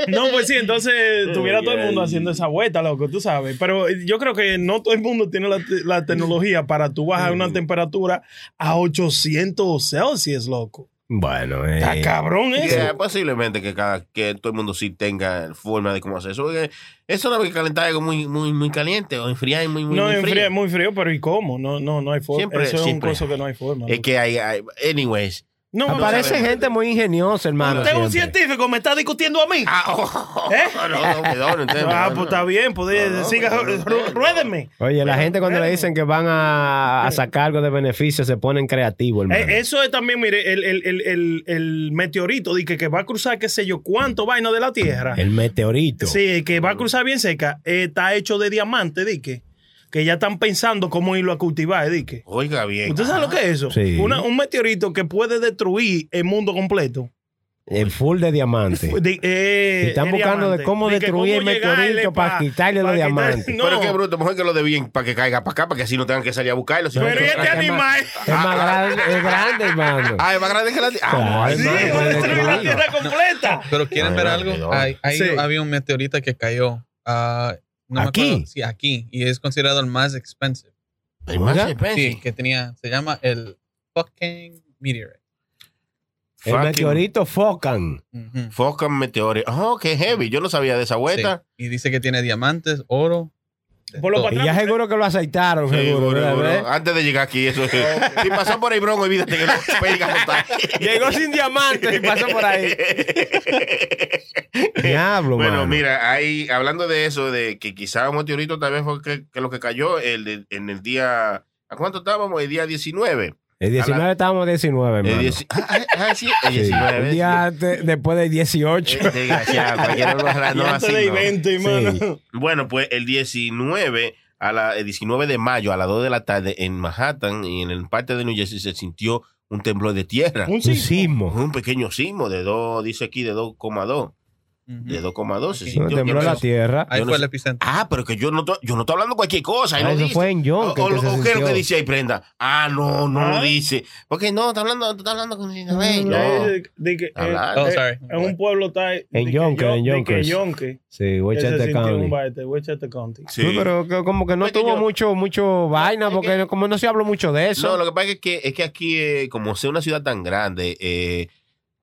D: No, pues sí, entonces tuviera todo el mundo haciendo esa vuelta, loco, tú sabes. Pero eh, yo creo que no todo el mundo tiene la, te- la tecnología para tú bajar una temperatura a 800 Celsius, loco.
G: Bueno, eh.
D: Está cabrón eso.
H: Yeah, posiblemente que cada que todo el mundo sí tenga forma de cómo hacer eso. porque Eso no hay que calentar algo muy, muy, muy caliente o enfriar muy, muy,
D: No,
H: muy
D: es
H: frío.
D: frío, es muy frío, pero ¿y cómo? No, no, no hay forma.
H: Siempre,
D: eso es
H: siempre.
D: un coso que no hay forma.
H: Es
D: loco.
H: que hay, hay- anyways.
D: no, no,
G: Aparece
H: sabemos.
G: Ah, gente muy ingeniosa, hermano.
D: Usted es un
G: siempre.
D: científico, me está discutiendo a mí.
H: Ah, oh,
D: ¿Eh?
H: no, no, perdón, entonces,
D: Ah,
H: no,
D: pues
H: no.
D: está bien, pues
H: No, no,
D: siga,
H: no, no,
D: ru-
H: no.
D: ruédenme.
G: Oye, la gente cuando le dicen que van a, a sacar algo de beneficio se ponen creativos, hermano.
D: Eh, eso es también, mire, el, el, el, el, el meteorito di que, que va a cruzar qué sé yo cuánto vaina de la Tierra.
G: El meteorito.
D: Sí, que va a cruzar bien seca. eh, está hecho de diamante, di que, que ya están pensando cómo irlo a cultivar, di que.
H: Oiga bien.
D: ¿Usted sabe lo que es eso?
G: Sí.
D: Una- un meteorito que puede destruir el mundo completo.
G: El full de diamantes.
D: De- eh,
G: Y están
D: de
G: buscando
D: diamante.
G: de cómo
D: que
G: destruir el
D: llegarle
G: meteorito
D: pa-
G: para quitarle los
D: pa quitar-
G: diamantes.
D: No,
H: Pero qué bruto, mejor que lo de bien para que caiga para acá, para que así no tengan que salir a buscarlo. sino
D: Pero
H: que-
D: ¿y este animal.
G: Es más grande, es grande, hermano.
H: Ah, es más grande que la tierra. Ah,
G: Claro,
H: bueno,
D: Sí,
G: no,
H: bueno,
D: va
G: no,
D: a
G: no,
H: bueno,
D: destruir la
G: no.
D: tierra completa.
K: Pero quieren
H: Ay,
K: ver
H: ay,
K: algo.
H: ay.
K: Ahí- ahí
D: Sí.
K: había un meteorita que cayó. ah, no me
G: ¿Aquí?
K: acuerdo. Sí, aquí. Y es considerado el más expensive.
H: Hay más
G: Oiga.
D: Eh,
H: especies.
K: Sí, que tenía. Se llama el fucking meteorite.
G: El
H: Fucking
G: meteorito focan.
K: Ujú.
H: Focan meteores. Oh, qué heavy. Yo no sabía de esa vuelta.
K: Sí. Y dice que tiene diamantes, oro. de
D: Por lo
K: todo.
G: Y ya seguro que lo aceitaron,
H: Sí,
G: seguro.
H: bro,
G: ¿verdad?
H: bro.
G: ¿Ves?
H: Antes de llegar aquí, eso es. Si pasó por ahí, bronco, olvídate que no pega
G: Llegó sin diamantes y pasó por ahí. Diablo,
H: Bueno,
G: mano.
H: mira, ahí, hablando de eso, de que quizá un meteorito tal vez fue que, que lo que cayó el de- en el día. ¿A cuánto estábamos? El día 19.
G: El 19 estábamos 19,
H: El
G: hermano.
H: dieci- ah, ah, sí, el
G: Sí.
H: 19.
G: Un día antes, después del 18.
H: Eh, Desgraciado, cualquiera lo hará,
D: Y
H: Ah, no
D: antes
H: así,
D: de
H: no.
D: evento, hermano.
H: Bueno, pues el 19 a la el 19 de mayo a las 2 de la tarde en Manhattan y en el parte de New Jersey se sintió un temblor de tierra.
D: Un
G: Un
D: sí.
G: sismo.
H: Un pequeño sismo de 2, dice aquí de 2,2.
K: Ujú.
H: De 2,2 se
K: Aquí.
H: sintió.
G: Donde tembló la
K: Yo-
G: tierra.
K: Ahí
H: yo no
K: fue el
H: sé.
K: epicentro.
H: Ah, pero que yo no, to- yo no estoy hablando cualquier cosa. ahí
G: Ah,
H: no
G: eso
H: dice.
G: fue en York
H: O-
G: que-
H: o
G: que
H: lo-
G: se
H: o qué es lo que
G: sintió.
H: dice ahí, prenda. Ah, no, no
D: Ah.
H: dice. Porque no, está hablando, está hablando con. No.
D: Eh, de que, eh,
H: Hablando.
K: Oh,
D: eh,
K: sorry.
D: En un pueblo está. de que
G: Yonke,
D: yo-
G: en
D: de que
G: Yonkers.
D: Yonke.
G: Sí, Westchester County.
D: Westchester County.
H: Sí.
G: No, pero que- como que no
H: Pues Es que
G: tuvo
H: yo-
G: mucho, mucho vaina, porque como no se habló mucho de eso.
H: No, lo que pasa es que, es que aquí, eh, como sea una ciudad tan grande, eh,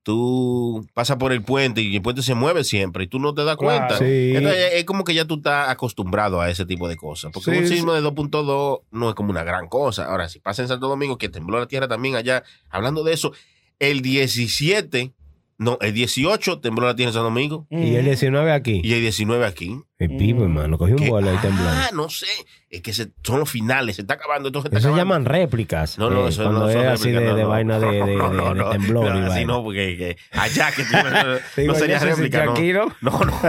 H: tú pasas por el puente y el puente se mueve siempre y tú no te das
D: Claro.
H: cuenta.
G: Sí.
H: Entonces, eh, es como que ya tú estás acostumbrado a ese tipo de cosas. Porque
G: Sí,
H: un sismo de 2.2 no es como una gran cosa. Ahora, si pasa en Santo Domingo, que tembló la tierra también allá, hablando de eso, el 17, no, el 18 tembló la tierra en Santo Domingo
G: Y el 19 aquí.
H: eh, y el 19 aquí.
G: El pipo, hermano, cogió un
H: Que-
G: bola y
H: ah,
G: temblando.
H: no sé. Es que se- son los finales, se está acabando. Entonces está
G: Eso se
H: acabando.
G: llaman réplicas.
H: No, no,
G: eh,
H: eso
G: cuando
H: no
G: es
H: son
G: así de,
H: réplicas, no,
G: de
H: no.
G: vaina de, de,
H: No,
G: de-
H: no,
G: de
H: no,
G: temblor. y
H: no, así
G: vaina.
H: no, porque que allá que tú no,
G: Digo,
H: sería
G: yo se
H: réplica,
G: sintió
H: no.
G: aquí, ¿no?
H: No, no.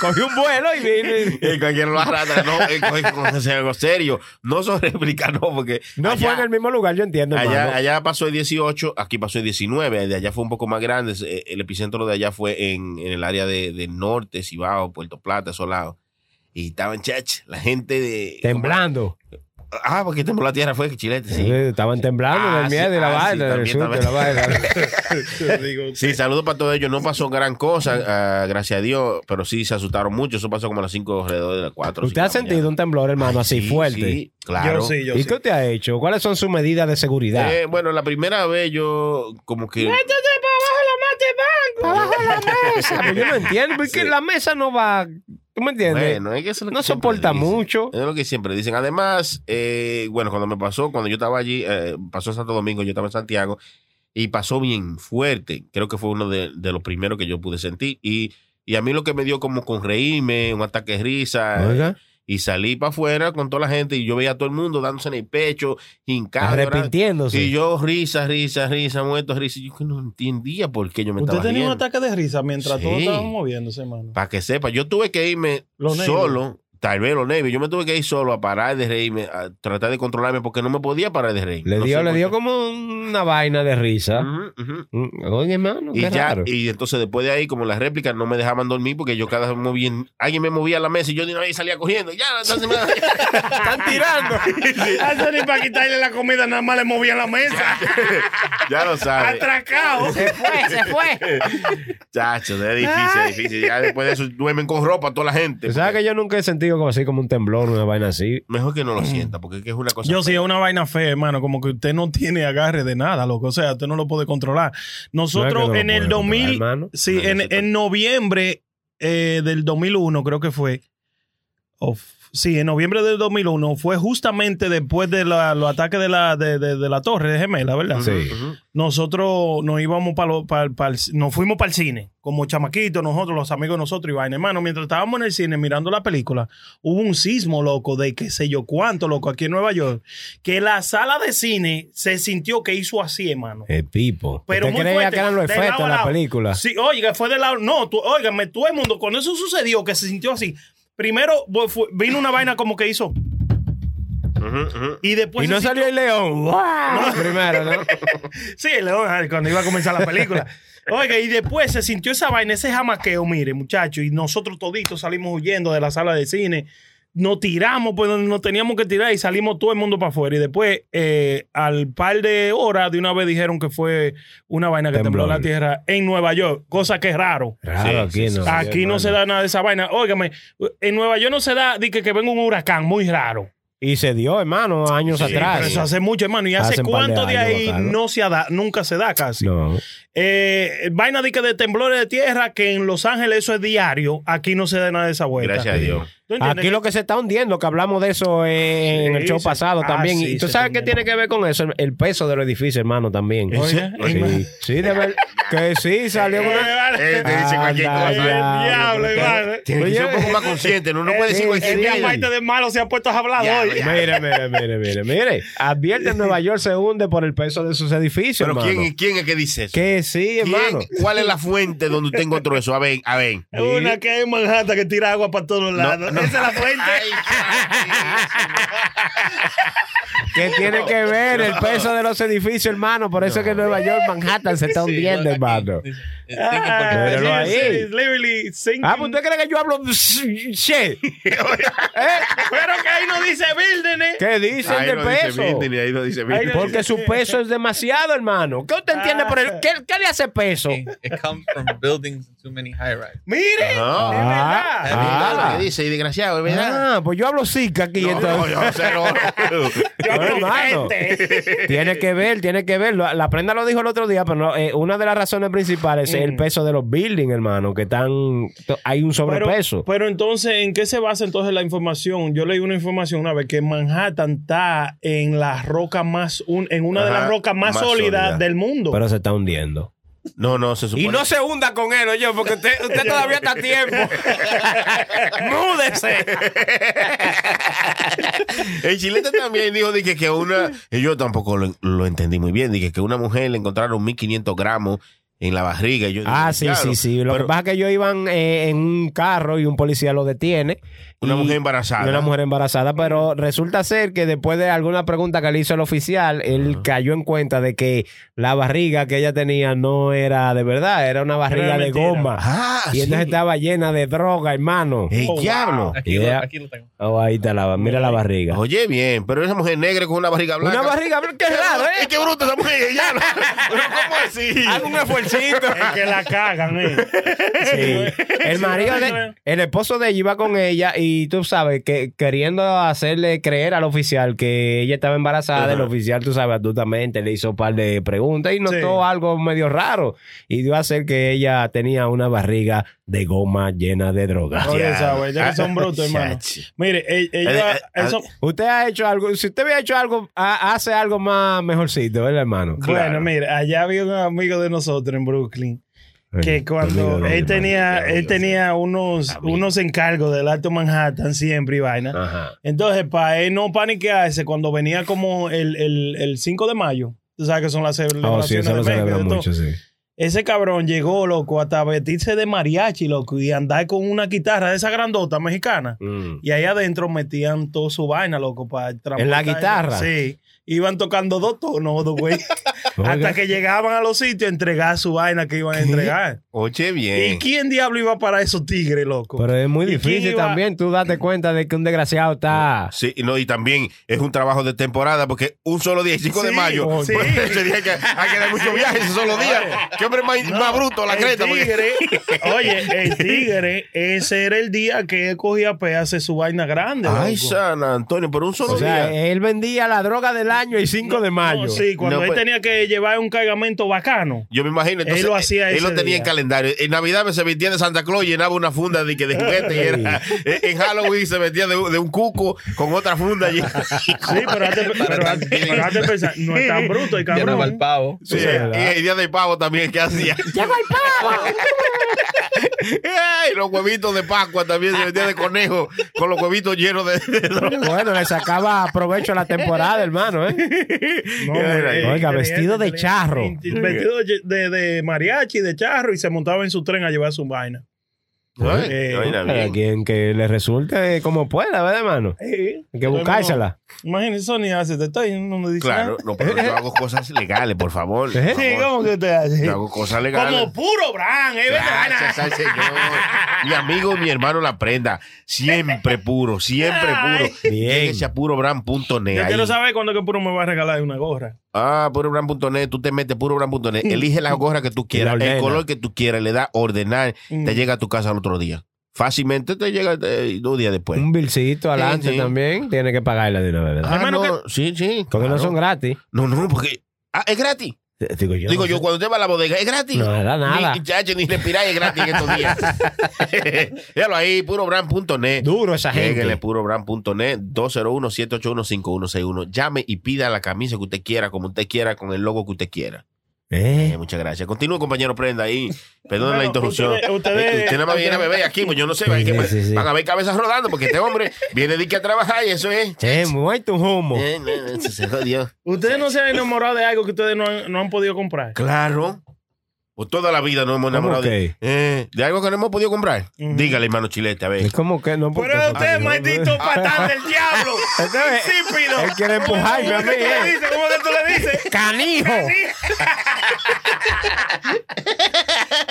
G: Cogió un vuelo y vino. y-
H: Eh, cualquiera lo arrastra, no, eh, coge- coge algo serio. No son réplicas, no, porque
G: No
H: allá,
G: fue en el mismo lugar, yo entiendo, hermano.
H: allá, allá pasó el 18, aquí pasó el 19, el de allá fue un poco más grande, eh, el epicentro de allá fue en, en el área de, del norte, Cibao, Puerto Plata, esos lados. Y estaban, chach, la gente de...
G: Temblando.
H: Ah, porque tembló la tierra, fue que chilete, sí.
G: Sí, Estaban temblando
H: Ah,
G: del miedo
H: sí,
G: y la
H: ah, sí,
G: vaina, del
H: también,
G: susto y la vaina.
D: Mm.
H: Sí, saludos para todos ellos. No pasó gran cosa, ah, gracias a Dios, pero sí se asustaron mucho. Eso pasó como a las 5 alrededor de las 4.
G: ¿Usted ha sentido un temblor, hermano, así fuerte?
H: Sí, claro.
D: Yo sí, yo
G: ¿Y
D: sí.
G: qué usted ha hecho? ¿Cuáles son sus medidas de seguridad?
H: Eh, bueno, la primera vez yo como que...
G: Para abajo la mesa. Pero yo no entiendo, porque la mesa no va. ¿Tú me entiendes?
H: Bueno, es que eso es lo que
G: no
H: siempre
G: soporta
H: dicen.
G: mucho.
H: Es lo que siempre dicen. Además, eh, bueno, cuando me pasó, cuando yo estaba allí, eh, pasó en Santo Domingo, yo estaba en Santiago, y pasó bien fuerte. Creo que fue uno de, de los primeros que yo pude sentir. Y, y a mí lo que me dio como con reírme, un ataque de risa.
G: Oiga,
H: Y salí para afuera con toda la gente y yo veía a todo el mundo dándose en el pecho, hincado.
G: arrepintiéndose.
H: Y yo risa, risa, risa, muerto, risa. Yo que no entendía por qué yo me
D: Usted
H: estaba
D: tenía un
H: riendo.
D: ataque de risa mientras todos
H: Sí.
D: estaban moviéndose, hermano.
H: Para que sepa, yo tuve que irme
D: Los Navy.
H: solo, tal vez los Navy, yo me tuve que ir solo a parar de reírme, a tratar de controlarme porque no me podía parar de reír.
G: le
H: No
G: dio,
H: sé
G: le
H: por
G: dio
H: qué.
G: como una vaina de risa.
H: Ujú, ujú.
G: Mm, Oye, hermano,
H: Y
G: qué
H: ya,
G: raro.
H: y entonces después de ahí, como las réplicas no me dejaban dormir porque yo cada vez movía, alguien me movía a la mesa y yo de una vez salía cogiendo. Ya, entonces me
G: Están tirando.
D: Ah, eso ni para quitarle la comida, nada más le movían la mesa.
H: ya lo sabes.
D: Atracado.
G: se fue, se fue.
H: Chacho, es difícil, es difícil. Ya después de eso duermen con ropa toda la gente.
G: ¿Tú sabes que yo nunca he sentido como así como un temblor, una vaina así?
H: Mejor que no lo sienta porque es que es una cosa.
D: Yo sí, es una vaina fea, hermano. Como que usted no tiene agarre de nada, loco. O sea, usted no lo puede controlar.
G: No es
D: Nosotros
G: que no
D: en
G: lo
D: el
G: puede
D: 2000,
G: controlar, hermano.
D: sí,
H: No, no
D: en,
H: sé tanto.
D: en noviembre eh, del 2001, creo que fue. o f- sí, en noviembre del 2001 fue justamente después de la- los ataques de la, de, de- de la torre de Gemela, ¿verdad?
G: Sí.
D: Nosotros nos íbamos para nos fuimos para el cine, como chamaquitos, nosotros, los amigos de nosotros, y vaina. Hermano, mientras estábamos en el cine mirando la película, hubo un sismo, loco, de qué sé yo cuánto, loco, aquí en Nueva York, que la sala de cine se sintió que hizo así, hermano.
G: El pipo.
D: Pero
G: ¿Usted
D: muy
G: creía
D: fuerte,
G: que eran los
D: de
G: efectos
D: lado a
G: de la
D: lado.
G: película?
D: Sí, oiga, fue de lado. No, tú, óigame, todo el mundo, cuando pues, eso sucedió, que se sintió así. Primero bo- fue- vino una vaina como que hizo. Y después.
G: Y no
D: ese
G: salió el león. ¡Wow! Primero, ¿no?
D: sitio- Sí, el león, ay, cuando iba a comenzar la película. Oiga, y después se sintió esa vaina, ese jamaqueo, mire, muchachos, y nosotros toditos salimos huyendo de la sala de cine. Nos tiramos pues donde nos teníamos que tirar y salimos todo el mundo para afuera. Y después, eh, al par de horas, de una vez dijeron que fue una vaina que tembló
G: Temblor.
D: la tierra en Nueva York, cosa que es raro.
G: Raro, aquí no.
D: Aquí no se da nada de esa vaina. Óigame, en Nueva York no se da de que, que venga un huracán, muy raro.
G: Y se dio, hermano, años
D: Sí,
G: atrás.
D: pero eso hace mucho, hermano. ¿Y hace,
G: Hace un par de
D: cuánto de,
G: años,
D: ahí
G: claro.
D: no se ha da- nunca se da casi?
G: No.
D: Eh, vaina de, que de temblores de tierra, que en Los Ángeles eso es diario. Aquí no se da nada de esa vuelta.
H: Gracias a Dios.
D: ¿Tú entiendes?
G: Aquí lo que se está hundiendo, que hablamos de eso eh, en
D: Sí,
G: el show
D: se-
G: pasado
D: ah,
G: también.
D: sí,
G: y tú
D: se
G: sabes
D: está
G: qué tiene que ver con eso, el, el peso de los edificios, hermano, también.
D: Oye,
G: Sí, sí, de verdad. Que sí, salió una.
H: Eh, te dice cualquier
G: Anda,
H: cosa.
G: ya,
D: diablo,
G: pero-
D: Iván.
H: Tiene que ser un
G: Oye,
H: poco más consciente. No, no puede decir
D: El
H: cualquier
D: día
H: mierda.
D: aparte de malo se ha puesto a hablar
H: Ya,
D: hoy.
H: ya.
G: Mire, mire, mire, mire, mire. Advierte Nueva York se hunde por el peso de sus edificios.
H: Pero
G: hermano.
H: ¿quién, ¿quién es que dice eso?
G: Que sí,
H: ¿Quién-
G: hermano.
H: ¿Cuál es la fuente donde usted encontró eso? A ver, a ver.
D: Es Una que hay en Manhattan que tira agua para todos lados.
H: no.
D: Esa es la fuente.
H: Ay,
G: ¿Qué tiene que ver el peso de los edificios, hermano? Por eso es que Nueva York, Manhattan se está hundiendo, hermano.
K: eh,
D: Ah,
G: Míralo ahí.
D: sí, sí, literally sinking.
G: Ah, pues usted cree que yo hablo shit.
D: Pero que ahí no dice building, ¿eh?
G: ¿Qué dicen
H: Ahí
G: de
H: no dice
G: peso?
H: Britney, ahí no dice
D: Ahí
H: Britney.
D: no
G: Porque su peso es demasiado, hermano. ¿Qué usted entiende por el qué, qué le hace peso?
K: It comes from buildings and too many high rise.
D: Mire,
H: Ajá.
D: es verdad.
H: Ah,
G: Ah,
H: ¿qué dice, y desgraciado, es ¿verdad?
G: Ah, pues yo hablo zika aquí
H: No,
G: entonces.
H: no, yo sé, no, no.
D: Yo
G: No,
D: hablo
G: hermano.
D: frente.
H: eh.
G: Tiene que ver, tiene que ver. Lo- La prenda lo dijo el otro día, pero no, eh, una de las razones principales es el peso de los buildings, hermano, que están. to- Hay un sobrepeso.
D: pero entonces, ¿en qué se basa entonces la información? Yo leí una información una vez que Manhattan está en la roca más, un- en una de
H: Ajá,
D: las rocas más,
H: más
D: sólidas
H: sólida.
D: del mundo.
G: pero se está hundiendo.
H: No, no, se supone.
G: Y no se hunda con él, oye, porque usted, usted todavía está a tiempo. ¡Múdese!
H: El chilete también dijo dije, que una. y yo tampoco lo, lo entendí muy bien. Dije que una mujer le encontraron 1500 gramos en la barriga. Y yo
G: Ah,
H: dije,
G: sí,
H: "Diablo".
G: sí, sí. Lo
H: Pero
G: que pasa es que ellos iban eh, en un carro y un policía lo detiene.
H: Una
G: Y-
H: mujer embarazada.
G: y Una mujer embarazada, pero resulta ser que después de alguna pregunta que le hizo el oficial, él cayó en cuenta de que la barriga que ella tenía no era de verdad, era una barriga de
D: mentira.
G: goma.
H: Ah,
G: y entonces
H: sí. Eh.
G: estaba llena de droga, hermano.
H: ¡Ey,
D: Oh,
H: diablo!
K: Aquí, lo,
G: Yeah.
K: aquí lo tengo.
G: Oh, ahí está la, mira la barriga.
H: Oye, bien, pero esa mujer negra con una barriga blanca.
G: Una barriga, qué raro,
H: ¡Ay,
G: ¿eh?
H: qué bruta esa mujer! ya, no. Pero, ¿Cómo así?
G: Hago un esfuercito.
D: Es que la cagan, ¿eh?
G: Sí. El marido, de- el esposo de ella iba con ella y tú sabes que queriendo hacerle creer al oficial que ella estaba embarazada, el oficial, tú sabes, adultamente le hizo un par de preguntas y notó
D: Sí.
G: algo medio raro y dio a ser que ella tenía una barriga de goma llena de droga.
D: Oye, esa güey, ya que son brutos, hermano.
H: Chachi.
D: Mire, e- ella,
H: Eh, eh,
D: eso-
G: Usted ha hecho algo, si usted había hecho algo, ha- hace algo más mejorcito, ¿verdad, hermano?
D: Bueno, mire, allá había un amigo de nosotros en Brooklyn que
G: Ay, amigo
D: cuando
G: de
D: él
G: mi hermano.
D: tenía, él tenía unos, unos encargos del Alto Manhattan siempre y vaina.
H: Ah.
G: Ajá.
D: Entonces, para él no paniquearse, cuando venía como el, el, el 5 de mayo, tú sabes que son las
G: Oh,
D: celebraciones
G: sí, eso
D: de
G: lo
D: México y
G: celebra
D: de todo.
G: mucho, sí.
D: Ese cabrón llegó, loco, hasta vestirse de mariachi, loco, y andar con una guitarra de esa grandota mexicana.
G: Mm.
D: Y ahí adentro metían toda su vaina, loco, para
G: ¿En la guitarra?
D: Sí. Iban tocando dos tonos, dos güey.
G: Mm. Oiga.
D: hasta que llegaban a los sitios a entregar su vaina que iban a entregar.
H: Oye,
D: ¿Y
H: bien.
D: quién diablo iba para esos tigres, loco?
G: Eh. Pero es muy
D: ¿Y quién
G: difícil
D: iba-
G: también tú date cuenta de que un desgraciado está...
H: Sí, y no, y también es un trabajo de temporada porque un solo día, el 5 de
D: Sí,
H: mayo, pues,
D: sí.
H: ese día hay que, hay que dar muchos viajes ese solo día. Qué hombre más, más bruto, la
D: El
H: creta. Porque...
D: tigre, oye, el tigre, ese era el día que él cogía pe hace su vaina grande.
H: Ay,
D: loco.
H: San Antonio, por un solo
G: O sea,
D: eh,
H: día.
G: él vendía la droga del año el 5 de mayo.
D: No, sí, cuando
H: No,
D: él
H: pues-
D: tenía que llevar un cargamento bacano.
H: Yo me imagino, entonces, eh,
D: lo hacía
H: él
D: ese
H: lo tenía
D: día.
H: en calendario. En Navidad me se vestía de Santa Claus, llenaba una funda de, que de juguete. y era- eh, en Halloween se vestía de, de un cuco con otra funda. Y,
D: Sí, pero hazte pero hazte- pero hazte pensar, no es tan bruto el
K: Ya no va el
D: cabrón.
K: pavo.
H: Sí, y el día de pavo también, ¿qué hacía? ¡Llegó el pavo! Y los huevitos de Pascua también se metían de conejo con los huevitos llenos de, de droga.
G: Bueno, le sacaba provecho a la temporada, hermano, ¿eh?
D: No, hombre,
G: Oiga,
D: inteligente,
G: vestido de
D: inteligente.
G: charro.
D: Vestido de, de- de mariachi, de charro, y se montaba en su tren a llevar su vaina.
H: Ay,
D: Eh,
H: oiga,
G: Para
H: bien.
G: quien que le resulte como pueda, ¿verdad, hermano?
D: Eh,
G: Hay que buscársela.
D: Imagínese, Sony hace te estoy no me dice
H: Claro, no, pero yo hago cosas legales, por favor.
G: Sí,
H: Por
D: nada. Sí,
H: favor.
D: ¿cómo que te hace?
H: Yo hago cosas legales.
D: Como puro Bran, ¿eh?
H: Gracias al Señor. Mi amigo, mi hermano, la prenda. Siempre puro, siempre puro.
G: Bien.
H: Lléguese a purobran.net.
D: Yo quiero
H: ahí.
D: saber cuándo que Puro me va a regalar una gorra.
H: Ah, purobran.net. Tú te metes purobran.net. Elige la gorra que tú quieras,
G: ordena.
H: el color que tú quieras. Le da ordenar. Te llega a tu casa al otro día. Fácilmente te llega eh, dos días después.
G: Un bilcito adelante
H: sí.
G: también. Tiene que pagarla de una vez, ¿verdad?
H: Ah,
D: Hermano,
H: no, Sí, sí.
G: Porque no
H: claro.
G: son gratis.
H: No, no, porque. Ah, es gratis.
G: Eh, Digo yo.
H: Digo
G: no
H: yo,
G: sé.
H: cuando usted va a la bodega, es gratis.
G: No, era nada.
H: Ni, chacho, ni respirar es gratis en estos días. Déjalo ahí, purobran.net.
G: Duro esa
H: Lléguenle
G: gente.
H: purobrand.net 201-781-5161. Llame y pida la camisa que usted quiera, como usted quiera, con el logo que usted quiera. Eh,
G: Eh,
H: muchas gracias. Continúe, compañero Prenda, ahí. Perdón la
D: Bueno,
H: interrupción.
D: ustedes-
H: Eh,
D: ustedes-
H: usted nada más viene a beber aquí, pues yo no sé. hay que-
G: Sí, sí, sí.
H: Van a ver cabezas rodando porque este hombre viene de que a trabajar y eso es.
G: eh, muerto un humo.
H: Eh, no, no, se jodió.
D: Ustedes no se han enamorado de algo que ustedes no han, no han podido comprar.
H: Claro. O toda la vida nos hemos enamorado de, eh, de algo que no hemos podido comprar. Dígale, hermano Chilete, a ver.
G: Es como que no Ah, porque-
D: Pero usted, maldito patán del diablo.
G: Este es-
D: Insípido.
G: él quiere empujarme a mí,
D: ¿Cómo que tú le
G: eh.
D: dices? ¿Cómo que tú le dices?
G: ¡Canijo!